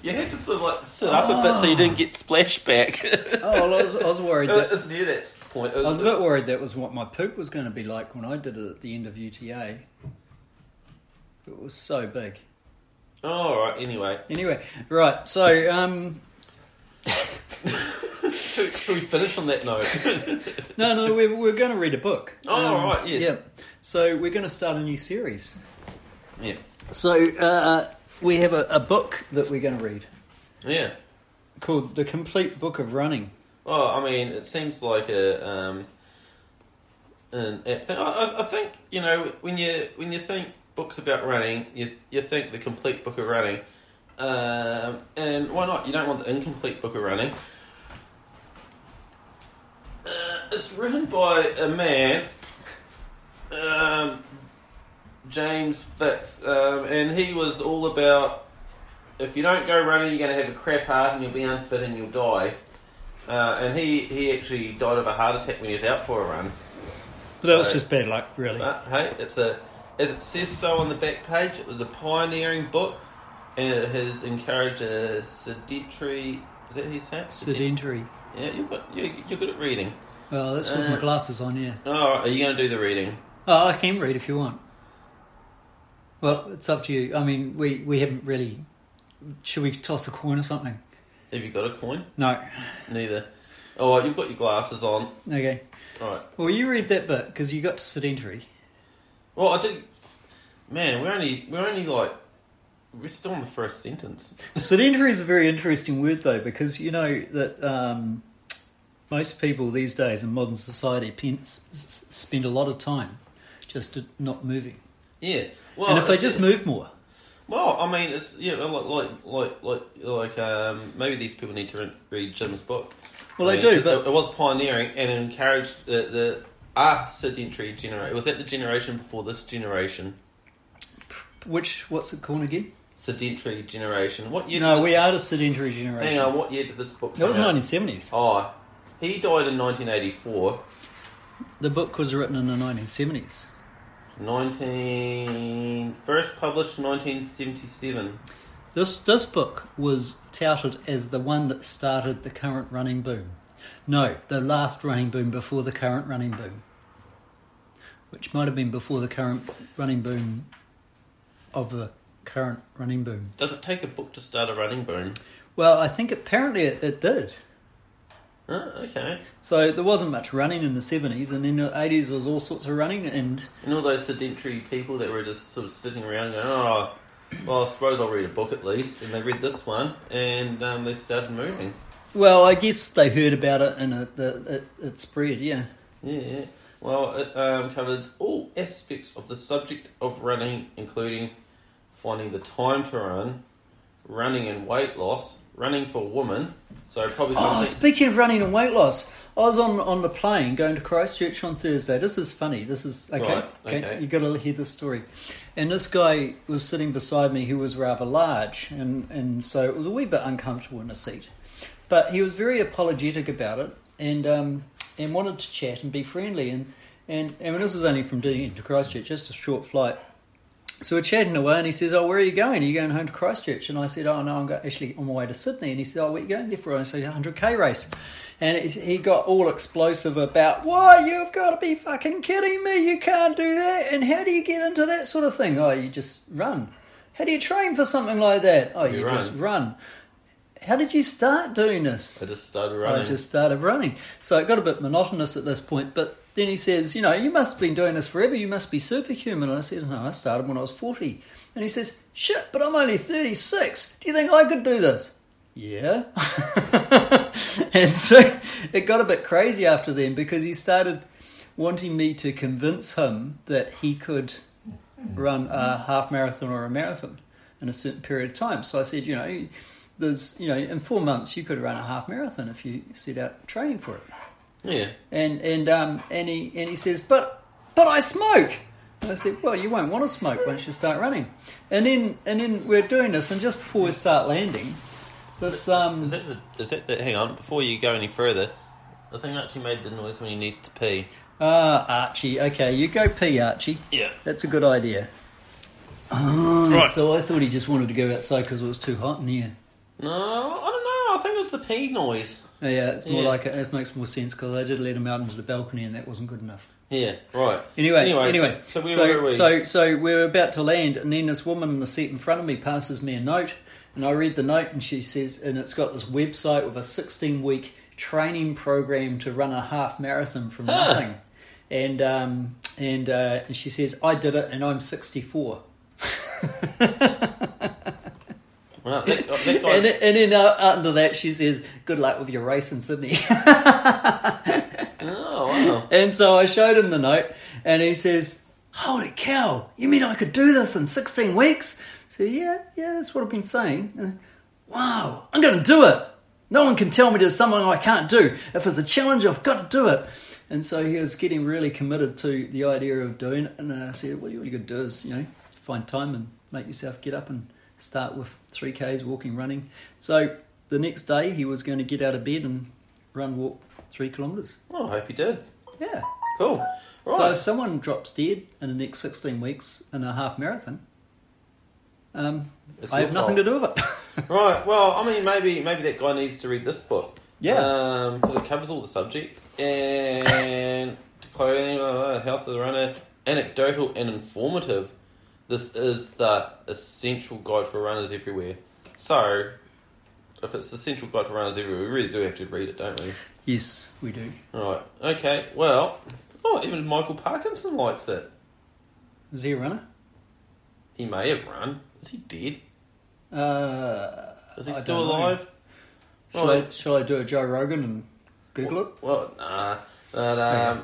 you had to sort of like sit up a bit so you didn't get splashed back. it
Oh, well, I, was, I was worried that.
was near that point. It
I was
was,
a bit worried that was what my poop was going to be like when I did it at the end of UTA. It was so big.
oh, all right. Anyway,
Anyway, right. So, um,
should, should we finish on that note?
no, no, we're, we're going to read a book.
Oh, right, yes.
Yeah. So we're going to start a new series.
yeah,
So uh, we have a, a book that we're going to read
yeah.
called "The Complete Book of Running."
Well, Oh, I mean, it seems like a um, an apt thing. I, I, I think you know when you when you think books about running, you you think the complete book of running, um, and why not? You don't want the incomplete book of running. Uh, it's written by a man, um, James Fix, um, and he was all about if you don't go running, you're going to have a crap heart and you'll be unfit and you'll die. Uh, and he, he actually died of a heart attack when he was out for a run.
But that was
So-
just bad luck, really.
But hey, it's a as it says so on the back page, it was a pioneering book, and it has encouraged a sedentary. Is that how you say it?
Sedentary.
Yeah, you've got you you're good at reading.
Well, that's with
Uh,
my glasses on, yeah.
Oh, are you going to do the reading?
Oh, I can read if you want. Well, it's up to you. I mean, we, we haven't really. Should we toss a coin or something?
Have you got a coin?
No.
Neither. Oh, you've got your glasses on.
Okay.
All right.
Well, you read that bit because you got to sedentary.
Well, I did. Man, we're only we're only like we're still on the first sentence.
Sedentary is a very interesting word, though, because you know that um, most people these days in modern society pen, s- s- spend a lot of time just not moving.
Yeah. Well,
and if they
it's-
just move more,
Well, I mean, it's yeah, like like like like like um, maybe these people need to re- read Jim's book.
Well, they
I
do,
it-
but-
it was pioneering and encouraged the the ah sedentary generation. Was that the generation before this generation?
which, what's it called again?
Sedentary generation. What year?
no,
did this,
we are the sedentary generation.
Hang on. What year did this book?
That was
come out?
1970s.
Oh, he died in 1984.
The book was written in the 1970s.
19 first published 1977.
This this book was touted as the one that started the current running boom. No, the last running boom before the current running boom, which might have been before the current running boom of the current running boom.
Does it take a book to start a running boom?
Well, I think apparently it, it did.
Oh, okay.
So there wasn't much running in the seventies, and in the eighties was all sorts of running. And
And all those sedentary people that were just sort of sitting around going, oh, well, I suppose I'll read a book at least. And they read this one and um, they started moving.
well, I guess they heard about it and it the, it, it spread. Yeah.
Yeah, yeah. Well, it um, covers all aspects of the subject of running, including finding the time to run, running and weight loss, running for women. So probably
Oh,
something.
speaking of running and weight loss, I was on, on the plane going to Christchurch on Thursday. This is funny. This is okay.
Right, okay.
you got to hear this story. And this guy was sitting beside me, who was rather large, and and so it was a wee bit uncomfortable in the seat. But he was very apologetic about it, and um, and wanted to chat and be friendly. And and and this was only from Dunedin to Christchurch, just a short flight. So we're chatting away, and he says, "Oh, where are you going? Are you going home to Christchurch?" And I said, "Oh no, I'm go- actually on my way to Sydney." And he said, "Oh, what are you going there for?" And I said, "100k race." And it's- he got all explosive about, "Why you've got to be fucking kidding me? You can't do that! And how do you get into that sort of thing? Oh, you just run. How do you train for something like that? Oh,
You
you,
run.
just run. How did you start doing this?
I just started running.
I just started running. So it got a bit monotonous at this point, but then he says, You know, you must have been doing this forever. You must be superhuman. And I said, No, I started when I was 40. And he says, Shit, but I'm only 36. Do you think I could do this? Yeah. and so it got a bit crazy after then because he started wanting me to convince him that he could run a half marathon or a marathon in a certain period of time. So I said, you know, there's, you know, in four months you could run a half marathon if you set out training for it.
yeah.
And and um and he and he says, but but I smoke. And I said, well, you won't want to smoke once you start running. And then and then we're doing this, and just before we start landing, this
Is
um
that, the, is that the. Hang on, before you go any further, I think I actually made the noise when you needed to pee.
ah Archie, okay, you go pee, Archie.
Yeah.
That's a good idea. Oh,
Right.
So I thought he just wanted to go outside because it was too hot in here.
No, I don't know. I think it was the pee noise.
Oh, Yeah, it's more
Yeah.
like a, it makes more sense because I did let him out into the balcony and that wasn't good enough.
Yeah, right.
Anyway,
Anyway,
anyway,
so- so
so,
where
so,
were we?
so we were about to land, and then this woman in the seat in front of me passes me a note, and I read the note, and she says, and it's got this website with a 16 week training program to run a half marathon from nothing, and um, and uh, and she says, I did it, and I'm 64.
Well, that, that guy,
And, and then uh, under that, she says, Good luck with your race in Sydney.
oh, wow. Oh,
And so I showed him the note, and he says, Holy cow, you mean I could do this in 16 weeks? So, yeah, yeah, that's what I've been saying. And, wow, I'm going to do it. No one can tell me there's something I can't do. If it's a challenge, I've got to do it. And so he was getting really committed to the idea of doing it. And I said, well, all you got to do is, you know, find time and make yourself get up and start with 3Ks, walking, running. So the next day he was going to get out of bed and run, walk three kilometres.
Oh, I hope you did.
Yeah.
Cool.
So
Right.
if someone drops dead in the next 16 weeks in a half marathon, um,
It's
I
your
have nothing to
fault.
do with it.
Right. Well, I mean, maybe maybe that guy needs to read this book.
Yeah.
Because it covers all the subjects and clothing, uh, health of the runner, anecdotal and informative. This is the essential guide for runners everywhere. So, if it's the essential guide for runners everywhere, we really do have to read it, don't we?
yes, we do.
Right. Okay. Well. Oh, even Michael Parkinson likes it.
Is he a runner?
He may have run. Is he dead?
Uh,
Is he
I
still
don't know.
alive?
shall,
Well,
I, shall I do a Joe Rogan and Google it?
Well, nah. But, um,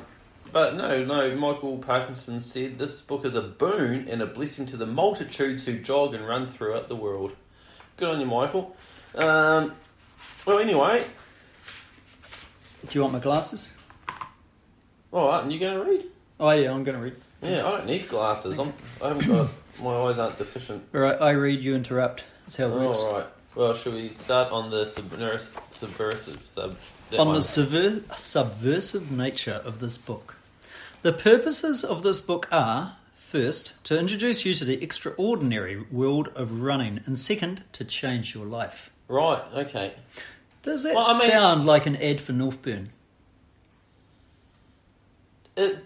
but no, no, Michael Parkinson said this book is a boon and a blessing to the multitudes who jog and run throughout the world. Good on you, Michael. Um, well, anyway,
Do you want my glasses?
all right, and you're going to read?
Oh, yeah, I'm going to read.
Yeah, I don't need glasses. I'm, I haven't got, my eyes aren't deficient.
All right, I read, you interrupt. That's how it works.
All Oh, right. Well, should we start on the subversive, subversive sub? that
on
one?
the subver- subversive nature of this book. The purposes of this book are first, to introduce you to the extraordinary world of running, and second, to change your life.
right. Okay.
Does that
Well, I mean-
sound like an ad for Northburn?
It,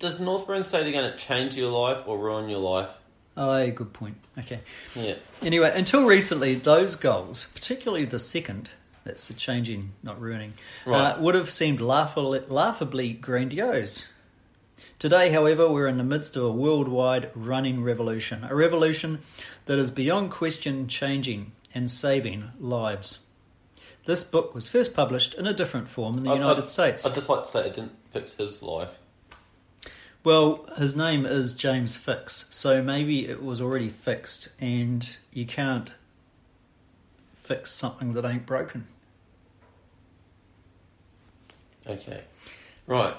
does Northburn say they're going to change your life or ruin your life?
Aye, Oh, good point. Okay.
Yeah.
Anyway, until recently, those goals, particularly the second, that's the changing, not ruining,
Right.
uh, would have seemed laughably, laughably grandiose. Today, however, we're in the midst of a worldwide running revolution, a revolution that is beyond question changing and saving lives. This book was first published in a different form in the
I-
United
I-
States.
I'd just like to say it didn't fix his life.
Well, his name is James Fix, so maybe it was already fixed, and you can't fix something that ain't broken.
Okay. Right.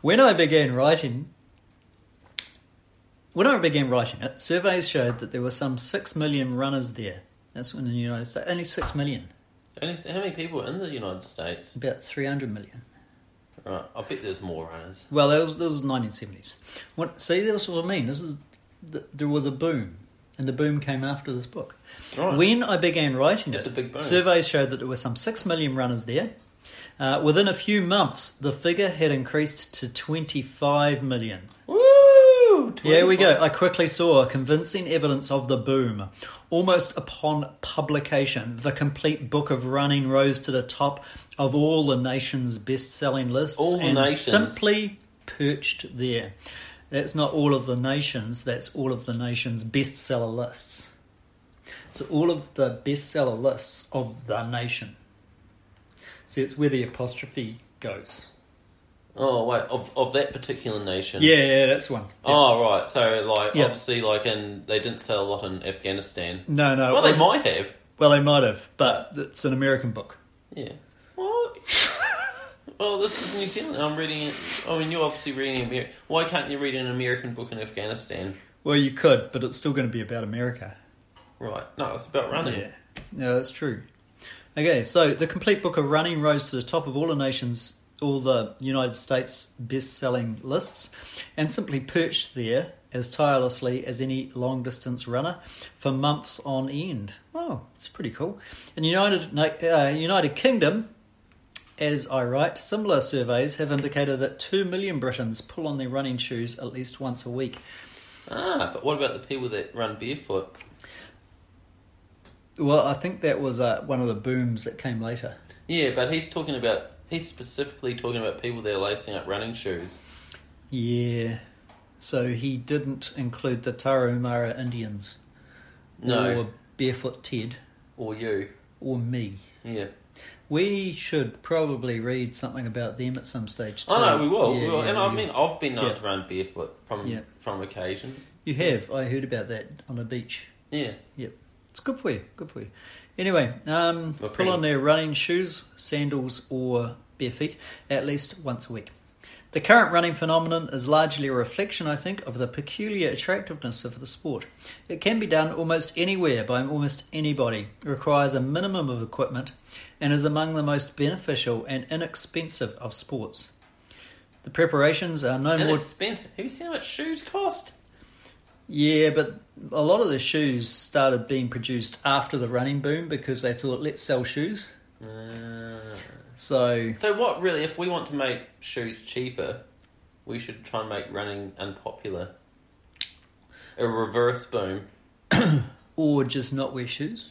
When I began writing, when I began writing it, surveys showed that there were some six million runners there. That's in the United States. Only six million.
Only, how many people are in the United States?
It's about three hundred million.
Right. I bet there's more runners.
Well, that was, that was 1970s. What, see, that's what I mean. This is th there was a boom, and the boom came after this book.
Right.
When I began writing
It's
it,
a big boom.
surveys showed that there were some 6 million runners there. Uh, within a few months, the figure had increased to 25 million.
Woo!
Here we go.
25.
I quickly saw convincing evidence of the boom. Almost upon publication, the complete book of running rose to the top of all the nation's best selling lists
All the
and
nations.
simply perched there. That's not all of the nations, that's all of the nation's bestseller lists. So, all of the bestseller lists of the nation. See, it's where the apostrophe goes.
Oh wait, of of that particular nation.
Yeah, yeah, that's one.
Oh right. So like
Yeah.
obviously like in they didn't sell a lot in Afghanistan.
No, no. it
well, they
wasn't-
might have.
Well, they might have, but it's an American book.
Yeah. Well, well, Oh, this is New Zealand. I'm reading it. I mean, you're obviously reading American. Why can't you read an American book in Afghanistan?
Well, you could, but it's still going to be about America.
Right. No, it's about running.
Yeah, yeah, that's true. Okay, so the complete book of running rose to the top of all the nations, all the United States best-selling lists, and simply perched there as tirelessly as any long-distance runner for months on end. Wow, it's pretty cool. In United Na- uh, United Kingdom, as I write, similar surveys have indicated that two million Britons pull on their running shoes at least once a week.
Ah, but what about the people that run barefoot?
Well, I think that was uh, one of the booms that came later.
Yeah, but he's talking about he's specifically talking about people that are lacing up running shoes.
Yeah. So he didn't include the Tarahumara Indians.
No,
Or Barefoot Ted.
or you.
Or me.
Yeah,
We should probably read something about them at some stage. Too.
I know we will, we
Yeah,
will.
yeah,
and I
yeah.
mean, I've been known
Yeah.
to run barefoot from
Yeah.
from occasion.
you have. I heard about that on a beach.
Yeah,
It's good for you. Good for you. Anyway, um,
My
pull
friend-
on their running shoes, sandals, or bare feet at least once a week. The current running phenomenon is largely a reflection, I think, of the peculiar attractiveness of the sport. It can be done almost anywhere by almost anybody, requires a minimum of equipment, and is among the most beneficial and inexpensive of sports. The preparations are no
and
more
expensive. Have you seen how much shoes cost?
yeah, but a lot of the shoes started being produced after the running boom because they thought, let's sell shoes. Uh, So,
So what really, if we want to make shoes cheaper, we should try and make running unpopular. A reverse boom.
or just not wear shoes.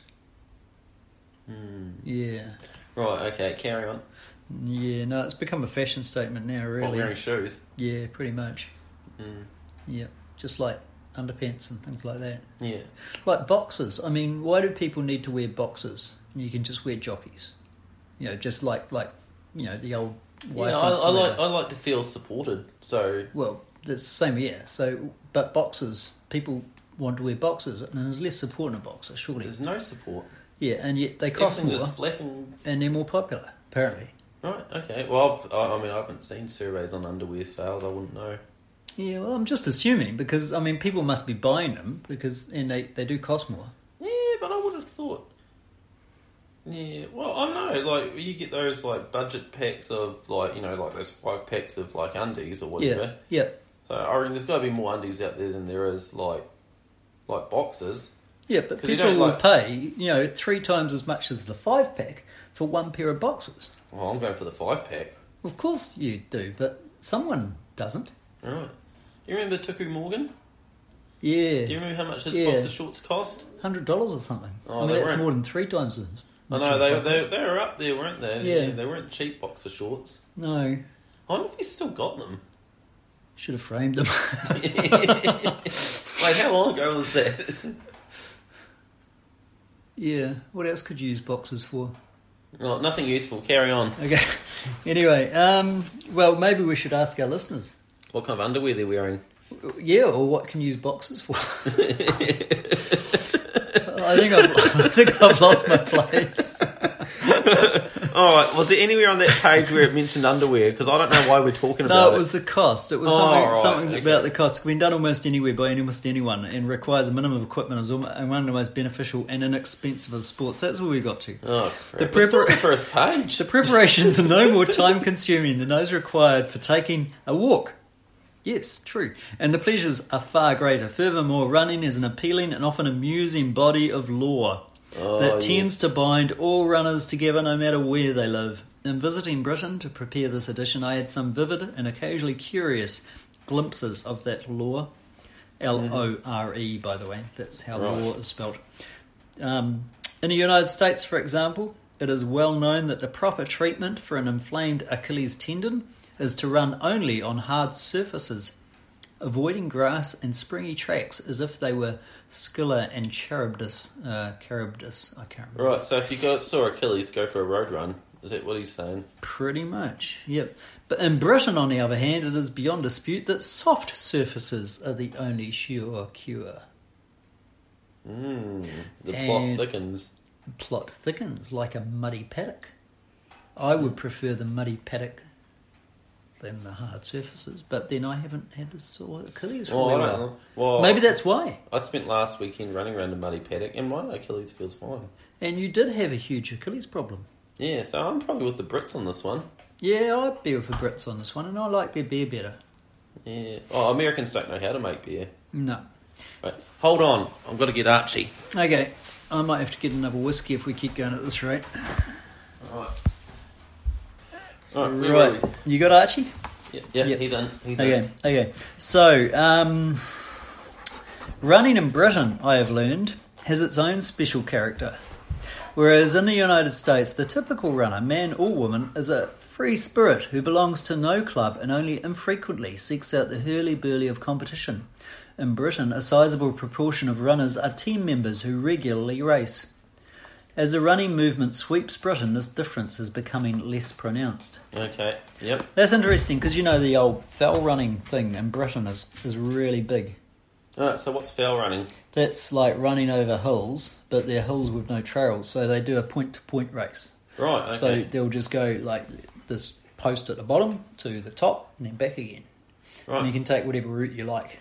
Yeah.
Hmm. Right, okay, carry on.
Yeah, no, it's become a fashion statement now,
While
really.
wearing shoes.
yeah, pretty much.
Oh, Mm.
Yeah, just like underpants and things like that.
Yeah.
Like boxers. I mean, why do people need to wear boxers? You can just wear jockeys. You know, just like, like you know, the old
Yeah, I,
wife-ins
I
or whatever.
like I like to feel supported. So
Well, the same yeah. So, but boxers, people want to wear boxers, and there's less support in a boxer, surely.
there's no support.
Yeah, and yet they cost more,
Everything's just flapping.
and they're more popular, apparently.
Right. Okay. Well, I've, I, I mean, I haven't seen surveys on underwear sales. I wouldn't know.
Yeah, well, I'm just assuming because I mean, people must be buying them because, and they they do cost more.
Yeah, but I would have thought. Yeah, well, I know. Like you get those like budget packs of like you know like those five packs of like undies or whatever.
Yeah, yeah,
So I reckon there's got to be more undies out there than there is like like boxes.
yeah. But
'Cause you
people
don't
will
like-
pay, you know, three times as much as the five pack for one pair of boxers.
Well, I'm going for the five pack.
Of course you do, but someone doesn't.
Right. You remember Tuku Morgan? Do you
Yeah,
remember how much his
Yeah.
boxer shorts cost?
hundred dollars or something. I
Oh,
mean,
they
that's
weren't-
more than three times. as
I
much of
know
a
they,
profit.
they they were up there, weren't they?
Yeah.
they weren't cheap boxer shorts.
No,
I wonder if we still got them.
should have framed them.
like how long ago was that?
yeah. What else could you use boxes for?
Well, nothing useful. Carry on.
Okay. anyway, um, well, maybe we should ask our listeners.
What kind of underwear they're wearing?
Yeah, or what can you use boxes for? I think I've, I think I've lost my place.
All right. Was there anywhere on that page where it mentioned underwear? Because I don't know why we're talking
No,
about
it was the cost. It was
Oh,
something,
right,
something
okay.
about the cost. It can be done almost anywhere by almost anyone and requires a minimum of equipment as almo- and one of the most beneficial and inexpensive of sports. That's where we got to.
Oh, crap.
The
The we're still
prepar-
on the first page.
The preparations are no more time consuming than those required for taking a walk. Yes, true. And the pleasures are far greater. Furthermore, running is an appealing and often amusing body of lore
Oh,
that tends
yes.
to bind all runners together no matter where they live. In visiting Britain to prepare this edition, I had some vivid and occasionally curious glimpses of that lore. L O R E, by the way. That's how
Right.
lore is spelt. Um, in the United States, for example, it is well known that the proper treatment for an inflamed Achilles tendon is to run only on hard surfaces, avoiding grass and springy tracks as if they were Scylla and Charybdis. Uh, Charybdis, I can't remember.
Right. So if you got saw Achilles go for a road run, is that what he's saying?
Pretty much, yep. But in Britain, on the other hand, it is beyond dispute that soft surfaces are the only sure cure.
Mm, the
And-
plot thickens.
The plot thickens like a muddy paddock. I would prefer the muddy paddock than the hard surfaces, but then I haven't had a sore Achilles for
Well, I
a
don't
while.
know. Well,
Maybe that's why.
I spent last weekend running around a muddy paddock, and my Achilles feels fine.
And you did have a huge Achilles problem.
Yeah, so I'm probably with the Brits on this one.
Yeah, I'd be with the Brits on this one, and I like their beer better.
Yeah. Oh, Americans don't know how to make beer.
No.
Right. Hold on. I've got to get Archie.
Okay, I might have to get another whiskey if we keep going at this rate.
Right. All right. where
Right,
were we?
you got Archie?
Yeah, yeah,
Yeah.
he's in. He's
Okay,
in.
okay. So, um, running in Britain, I have learned, has its own special character. Whereas in the United States, the typical runner, man or woman, is a free spirit who belongs to no club and only infrequently seeks out the hurly burly of competition. In Britain, a sizable proportion of runners are team members who regularly race. As the running movement sweeps Britain, this difference is becoming less pronounced.
Okay. Yep.
That's interesting because you know the old fell running thing in Britain is, is really big.
Alright, so what's foul running?
That's like running over hills, but they're hills with no trails, so they do a point to point race.
Right, okay.
So they'll just go like this post at the bottom to the top and then back again.
right.
And you can take whatever route you like.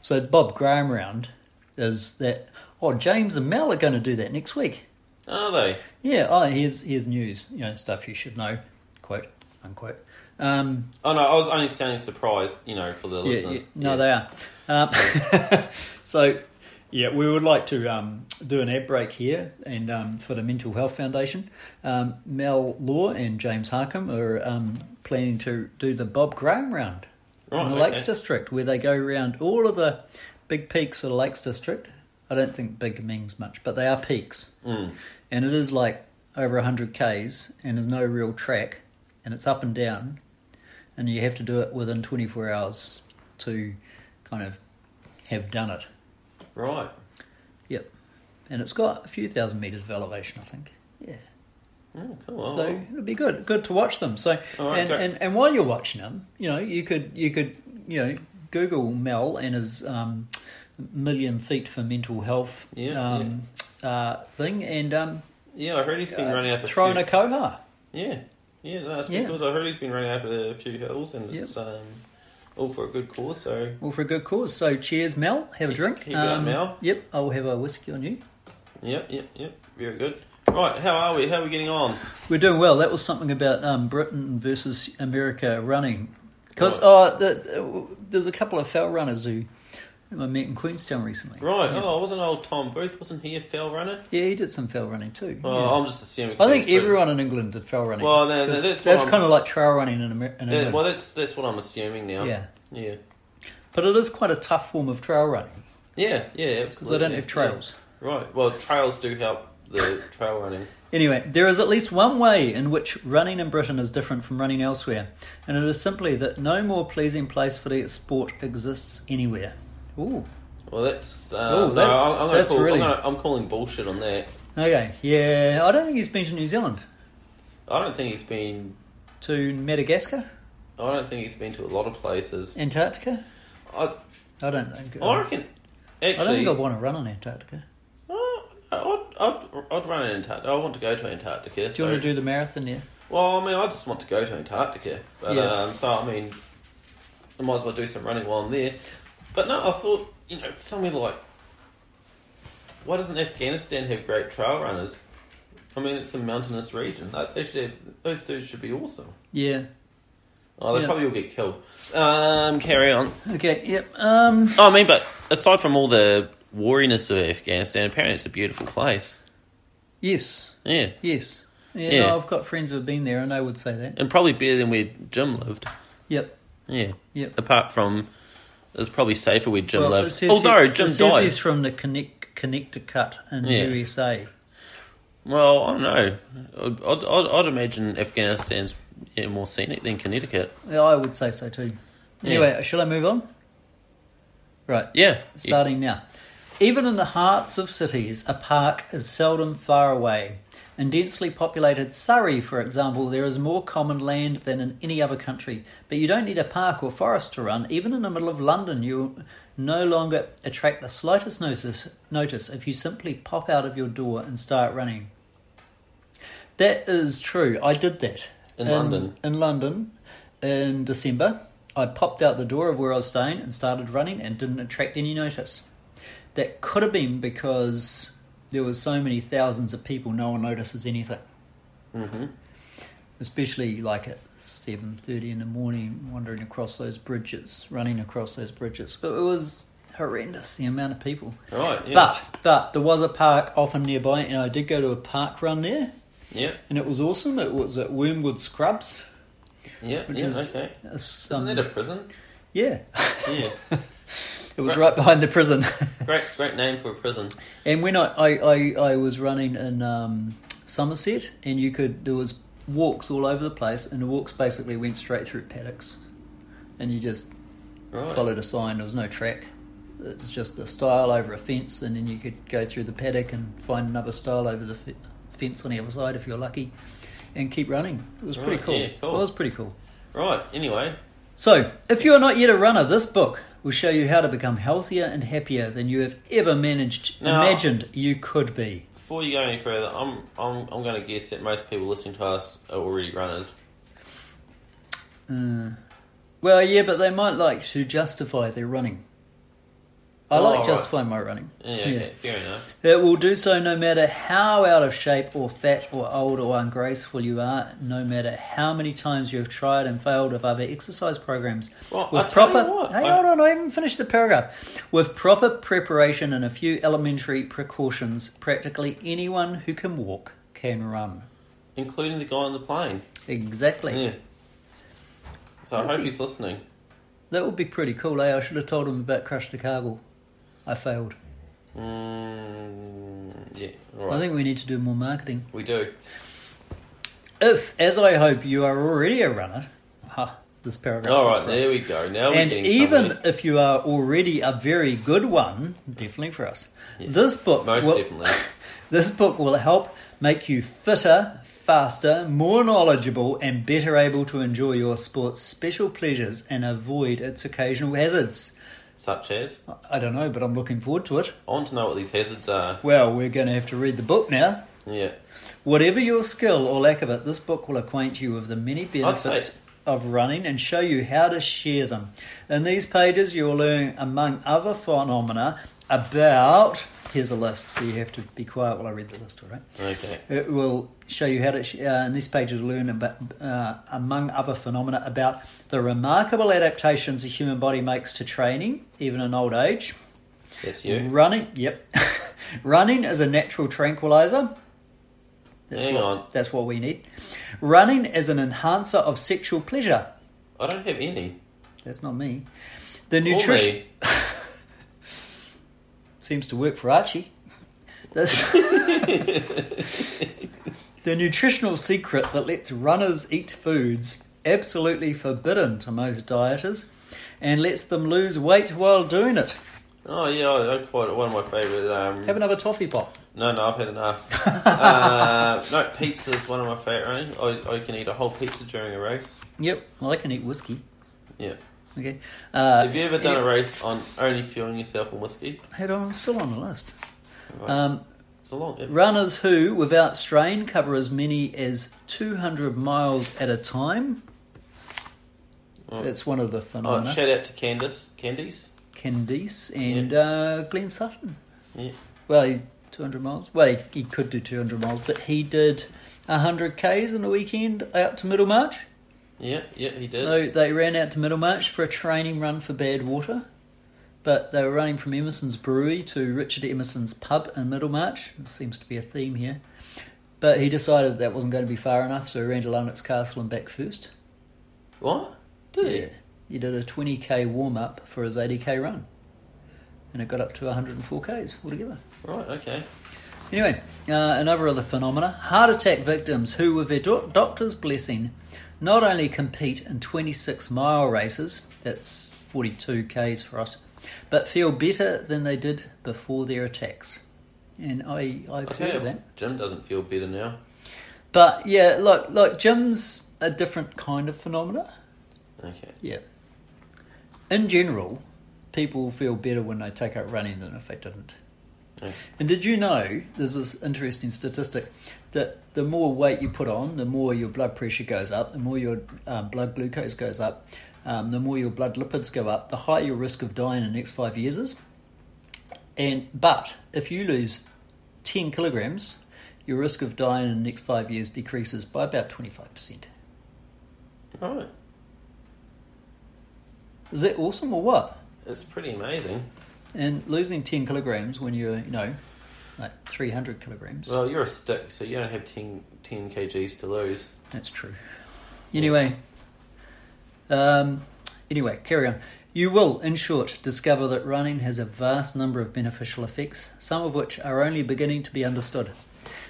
So Bob Graham round is that oh James and Mel are going to do that next week.
Are they?
Yeah, oh here's here's news, you know stuff you should know, quote unquote. Um,
Oh no, I was only sounding surprised, you know, for the
yeah,
listeners.
yeah, no, they are. Um, so yeah, we would like to um, do an ad break here, and um, for the Mental Health Foundation, um, Mel Law and James Harkham are um, planning to do the Bob Graham round.
Right,
in the
okay.
Lakes District, where they go around all of the big peaks of the Lakes District. I don't think big means much, but they are peaks.
Mm.
And it is like over 100 Ks, and there's no real track, and it's up and down, and you have to do it within 24 hours to kind of have done it.
Right.
Yep. And it's got a few thousand metres of elevation, I think. Yeah.
Oh, cool. Oh,
So it'll be good, good to watch them. So
All right,
and,
okay.
and and while you're watching them, you know you could you could you know Google Mel and his um, million feet for mental health
Yeah,
um, Uh, thing and um,
yeah, I heard he's been running up a
throwing
few.
a koha.
Yeah, yeah, no, that's
uh, Yeah.
because I heard he's been running up a few hills, and
Yep.
it's um, all for a good cause. So
Well, for a good cause. So cheers, Mel. Have a drink. Um,
keep it up, Mel.
Yep, I'll have a whiskey on you.
yep, yep, yep, very good. Right, how are we? How are we getting on?
We're doing well. That was something about um, Britain versus America running. Because
Right.
oh, the, the, there's a couple of fell runners who I met in Queenstown recently.
Right,
Yeah.
oh, wasn't old Tom Booth? Wasn't he a fell runner?
Yeah, he did some fell running too.
Well,
yeah.
I'm just
I
assuming. 'cause
think
he's Brit-
everyone in England did fell running.
Well, no, no,
'Cause
that's what
that's
I'm-
kind of like trail running in, Amer- in
Yeah,
England.
well, that's that's what I'm assuming now.
yeah,
yeah,
but it is quite a tough form of trail running
yeah, yeah.
because
Because
they don't have trails.
Right. Well, trails do help the trail running.
Anyway, there is at least one way in which running in Britain is different from running elsewhere, and it is simply that no more pleasing place for the sport exists anywhere. Ooh,
Well, that's. Uh,
Oh,
no,
that's-
I'm, I'm gonna
that's
call,
really-
I'm, gonna, I'm calling bullshit on that.
okay, yeah, I don't think he's been to New Zealand,
I don't think he's been.
to Madagascar,
I don't think he's been to a lot of places.
Antarctica.
I,
I don't think. uh,
I reckon. Actually,
I don't think I want to run on Antarctica.
Oh, I'd, I'd, I'd run in Antarctica. I want to go to Antarctica.
Do you want to do the marathon there?
Well, I mean, I just want to go to Antarctica. But,
Yeah.
um, so, I mean, I might as well do some running while I'm there. But no, I thought, you know, somewhere like. Why doesn't Afghanistan have great trail runners? I mean, it's a mountainous region. They, they should have, those dudes should be awesome.
Yeah.
Oh, they
Yeah.
probably all get killed. Um, carry on.
Okay. Yep. Um.
Oh, I mean, but aside from all the wariness of Afghanistan, apparently it's a beautiful place.
Yes.
Yeah.
Yes. Yeah,
Yeah.
no, I've got friends who have been there and they would say that.
And probably better than where Jim lived.
Yep.
Yeah.
Yep.
Apart from, it's probably safer where Jim
Well, it
lived.
says
Although
he-
Jim
it says
died.
he's from the Connect, Connecticut in
Yeah.
USA.
Well, I don't know. I'd, I'd, I'd, I'd imagine Afghanistan's yeah, more scenic than Connecticut.
Yeah, I would say so too.
Yeah.
Anyway, shall I move on? Right.
Yeah.
Starting now. Even in the hearts of cities, a park is seldom far away. In densely populated Surrey, for example, there is more common land than in any other country. But you don't need a park or forest to run. Even in the middle of London, you no longer attract the slightest notice, notice if you simply pop out of your door and start running. That is true. I did that
In London.
In London, in December, I popped out the door of where I was staying and started running and didn't attract any notice. That could have been because there were so many thousands of people. No one notices anything,
Mm-hmm.
especially like at seven thirty in the morning, wandering across those bridges, running across those bridges. But it was horrendous the amount of people.
Right. Yeah.
But but there was a park often nearby, and I did go to a park run there,
Yeah.
and it was awesome. It was at Wormwood Scrubs.
Yeah.
Which
yeah
is-
okay.
It's, um,
Isn't that a prison?
yeah,
Yeah.
it was
Right.
right behind the prison.
great. Great name for a prison.
and when I, I, I, I was running in um, Somerset, and you could there was walks all over the place, and the walks basically went straight through paddocks, and you just
Right.
followed a sign. There was no track. It's just a stile over a fence, and then you could go through the paddock and find another stile over the f- fence on the other side if you're lucky, and keep running. It was pretty
Right,
cool.
yeah, cool.
It was pretty cool.
Right, anyway.
So, if you are not yet a runner, this book will show you how to become healthier and happier than you have ever managed
Now-
imagined you could be.
Before you go any further, I'm I'm I'm going to guess that most people listening to us are already runners.
Uh, well, yeah, but they might like to justify their running. I
Oh,
like
right.
justifying my running.
Yeah, okay, fair enough.
It will do so no matter how out of shape or fat or old or ungraceful you are, no matter how many times you have tried and failed with other exercise programs.
Well,
with
I tell you what,
hey,
I-
hold on, I haven't finished the paragraph. With proper preparation and a few elementary precautions, practically anyone who can walk can run.
Including the guy on the plane.
Exactly.
Yeah. So I hope he's listening.
That would be pretty cool, eh? I should have told him about Crush the Cargill. I failed.
Mm, yeah,
I
alright.
think we need to do more marketing.
we do.
If, as I hope, you are already a runner, ha, this paragraph. is
Alright,
for us.
there we go. Now we're
and
getting
even
somewhere.
if you are already a very good one, definitely for us,
Yeah,
this book
Most
will,
definitely.
this book will help make you fitter, faster, more knowledgeable, and better able to enjoy your sport's special pleasures and avoid its occasional hazards.
Such as. I
I don't know, but I'm looking forward to it.
want to know what these hazards are.
Well, we're going to have to read the book now.
Yeah.
Whatever your skill or lack of it, this book will acquaint you with the many
I'd say-
benefits of running and show you how to share them. In these pages, you will learn, among other phenomena, about. Here's a list, so you have to be quiet while I read the list, all right?
Okay.
It will show you how to, sh- uh, in this page, you'll learn about, uh, among other phenomena, about the remarkable adaptations the human body makes to training, even in old age.
That's you.
Running, yep. Running is a natural tranquilizer.
Hang
what,
on.
That's what we need. Running is an enhancer of sexual pleasure.
I don't have any.
That's not me. The
Or
nutrition
me.
seems to work for Archie. This- the nutritional secret that lets runners eat foods absolutely forbidden to most dieters and lets them lose weight while doing it.
Oh yeah, I, I quite one of my favourite. Um,
Have another toffee pop.
no, no, I've had enough. uh, no, pizza is one of my favourite. I, I can eat a whole pizza during a race.
Yep, well, I can eat whiskey.
Yeah.
Okay. Uh,
Have you ever done a race on only fueling yourself on whiskey?
Head on, I'm still on the list.
Right.
Um,
it's a long. It,
runners who, without strain, cover as many as 200 miles at a time.
oh,
That's one of the
oh,
phenomena.
shout out to Candice, Candice.
Candice and uh, Glenn Sutton.
Yeah.
Well, he, 200 miles. Well, he, he could do 200 miles, but he did 100 Ks in a weekend out to Middlemarch.
Yeah, yeah, he did.
So they ran out to Middlemarch for a training run for Bad Water. But they were running from Emerson's Brewery to Richard Emerson's pub in Middlemarch. There seems to be a theme here. But he decided that wasn't going to be far enough, so he ran to London's Castle and back first.
what? Did he?
He did a 20k warm up for his 80k run. And it got up to 104k's altogether.
Right. Okay.
Anyway, uh, another other phenomena heart attack victims who, with their doc- doctor's blessing, not only compete in 26 mile races, that's 42Ks for us, but feel better than they did before their attacks. And I, I've
I
heard
tell
of
you,
that.
Jim doesn't feel better now.
But yeah, look, look, Jim's a different kind of phenomena.
Okay.
Yeah. In general, people feel better when they take up running than if they didn't.
Yeah.
And did you know there's this interesting statistic that the more weight you put on, the more your blood pressure goes up, the more your um, blood glucose goes up, um, the more your blood lipids go up, the higher your risk of dying in the next five years is. And but if you lose ten kilograms, your risk of dying in the next five years decreases by about twenty five percent.
Right.
Is that awesome or what?
It's pretty amazing.
And losing 10 kilograms when you're, you know, like 300 kilograms,
Well, you're a stick, so you don't have 10, 10 kgs to lose.
that's true. Anyway, um, anyway, carry on. You will, in short, discover that running has a vast number of beneficial effects, some of which are only beginning to be understood.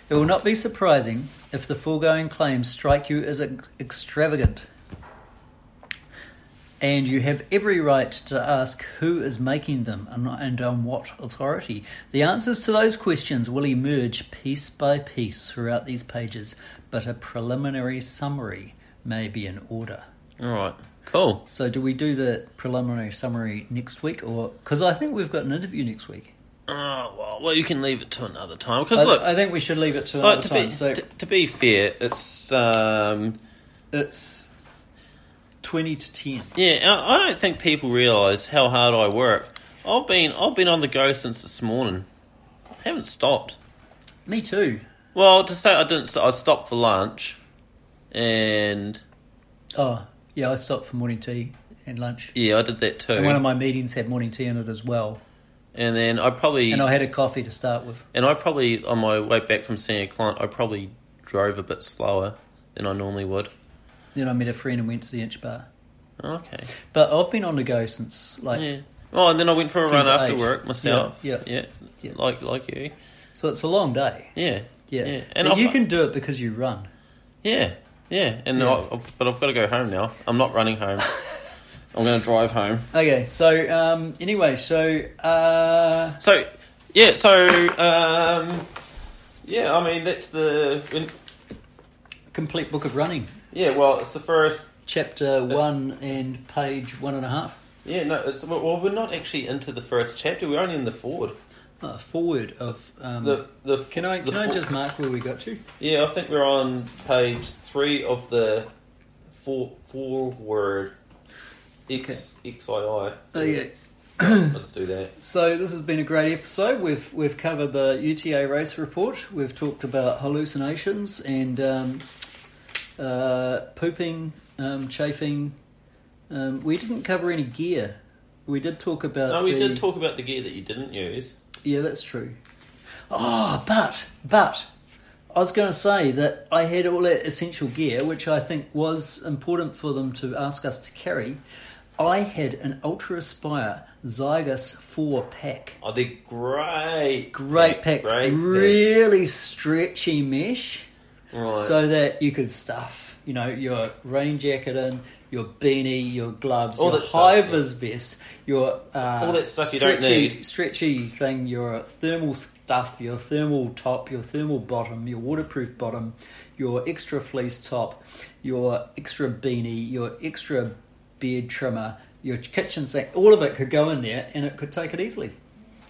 It will not be surprising if the foregoing claims strike you as ex- extravagant. and you have every right to ask who is making them and, and on what authority. The answers to those questions will emerge piece by piece throughout these pages, but a preliminary summary may be in order.
All right. Cool.
So, do we do the preliminary summary next week, or because I think we've got an interview next week?
Oh, well, well, you can leave it to another time.
I,
Because look,
I think we should leave it to
like,
another
to,
time.
be,
so
to, to be fair, it's um,
it's twenty to ten.
yeah. I, I don't think people realise how hard I work. I've been I've been on the go since this morning. haven't stopped.
Me too.
Well, to say I didn't, st- I stopped for lunch, and
Oh, yeah, I stopped for morning tea and lunch.
yeah, I did that too.
And one of my meetings had morning tea in it as well.
And then I probably
And I had a coffee to start with.
And I probably, on my way back from seeing a client, I probably drove a bit slower than I normally would.
Then I met a friend and went to the inch bar.
Okay.
But I've been on the go since like
Yeah. Oh, and then I went for a
Ten
run
to
after
eight.
work myself.
Yeah,
yeah.
Yeah.
Like like you.
so it's a long day.
Yeah.
Yeah.
And
but
I've,
you can do it because you run.
Yeah. Yeah. And
Yeah.
I- I've, but I've got to go home now. I'm not running home. I'm going to drive home.
Okay, so um anyway, so uh
So, yeah. So, um, yeah. I mean, that's the. when-
complete book of running.
Yeah. Well, it's the first Uh,
Chapter one and page one and a half.
Yeah, no, it's, well, we're not actually into the first chapter. We're only in the forward.
Uh, forward of um
The the
can I
the
can I
for-
just mark where we got to?
yeah? I think we're on page three of the four forward x x i i. So
Oh yeah.
let's do that.
So this has been a great episode. We've we've covered the UTA race report. We've talked about hallucinations and um, uh, pooping, um, chafing. Um, we didn't cover any gear. We did talk about.
No, we
the-
did talk about the gear that you didn't use.
Yeah, that's true. Oh, but but I was going to say that I had all that essential gear, which I think was important for them to ask us to carry. I had an Ultra Aspire Zygus four pack.
Oh, they're great,
Great pack,
packs, great packs.
really stretchy mesh,
Right.
so that you could stuff, you know, your rain jacket in, your beanie, your gloves,
All
your
that stuff,
high vis vest, your uh,
All that stuff you don't
stretchy-
need.
stretchy thing, your thermal stuff, your thermal top, your thermal bottom, your waterproof bottom, your extra fleece top, your extra beanie, your extra beard trimmer, your kitchen sink, all of it could go in there, and it could take it easily.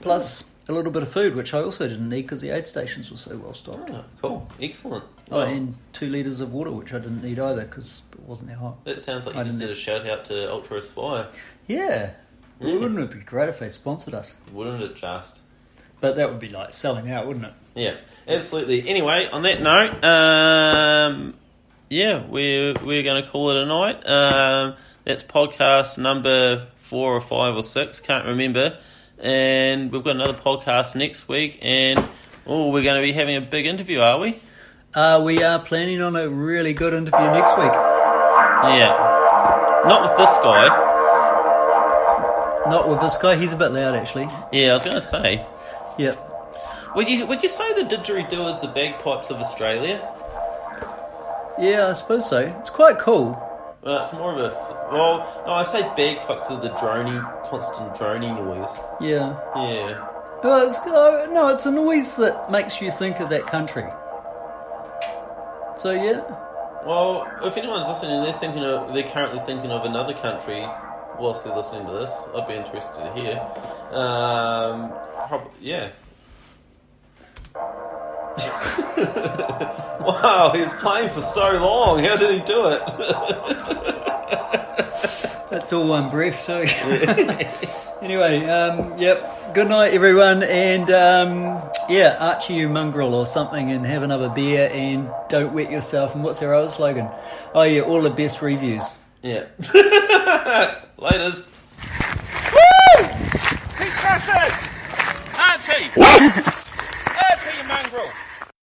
Plus a little bit of food, which I also didn't need because the aid stations were so well stocked.
Oh, cool, excellent.
Oh,
Well,
and two litres of water, which I didn't need either because it wasn't that hot.
that sounds like
I
you just
didn't-
did a shout out to Ultra Aspire,
Yeah.
Yeah.
Wouldn't it be great if they sponsored us?
wouldn't it? Just
But that would be like selling out, wouldn't it?
Yeah, absolutely. Anyway, on that note, um, yeah, we're we're going to call it a night. Um, that's podcast number four or five or six, can't remember. And we've got another podcast next week, and oh, we're going to be having a big interview, are we?
Uh, we are planning on a really good interview next week.
Yeah, not with this guy.
Not with this guy, he's a bit loud actually.
Yeah, I was going to say,
Yep.
would you would you say the didgeridoo is the bagpipes of Australia?
Yeah, I suppose so. It's quite cool.
Well, it's more of a f- well, no, I say bagpipes are the drony, constant drony noise.
Yeah.
Yeah.
Well, it's, uh, no, it's a noise that makes you think of that country. So, yeah.
Well, if anyone's listening, they're thinking of they're currently thinking of another country whilst they're listening to this. I'd be interested to hear. Um, prob- yeah. wow, he was playing for so long. How did he do it?
That's all one breath, too. anyway, um, yep. Good night, everyone. And, um, yeah, Archie, you mongrel or something, and have another beer and don't wet yourself. And what's our other slogan? Oh, yeah, all the best reviews.
yeah. Laters. Woo! He crushed it! Archie! Archie, you mongrel!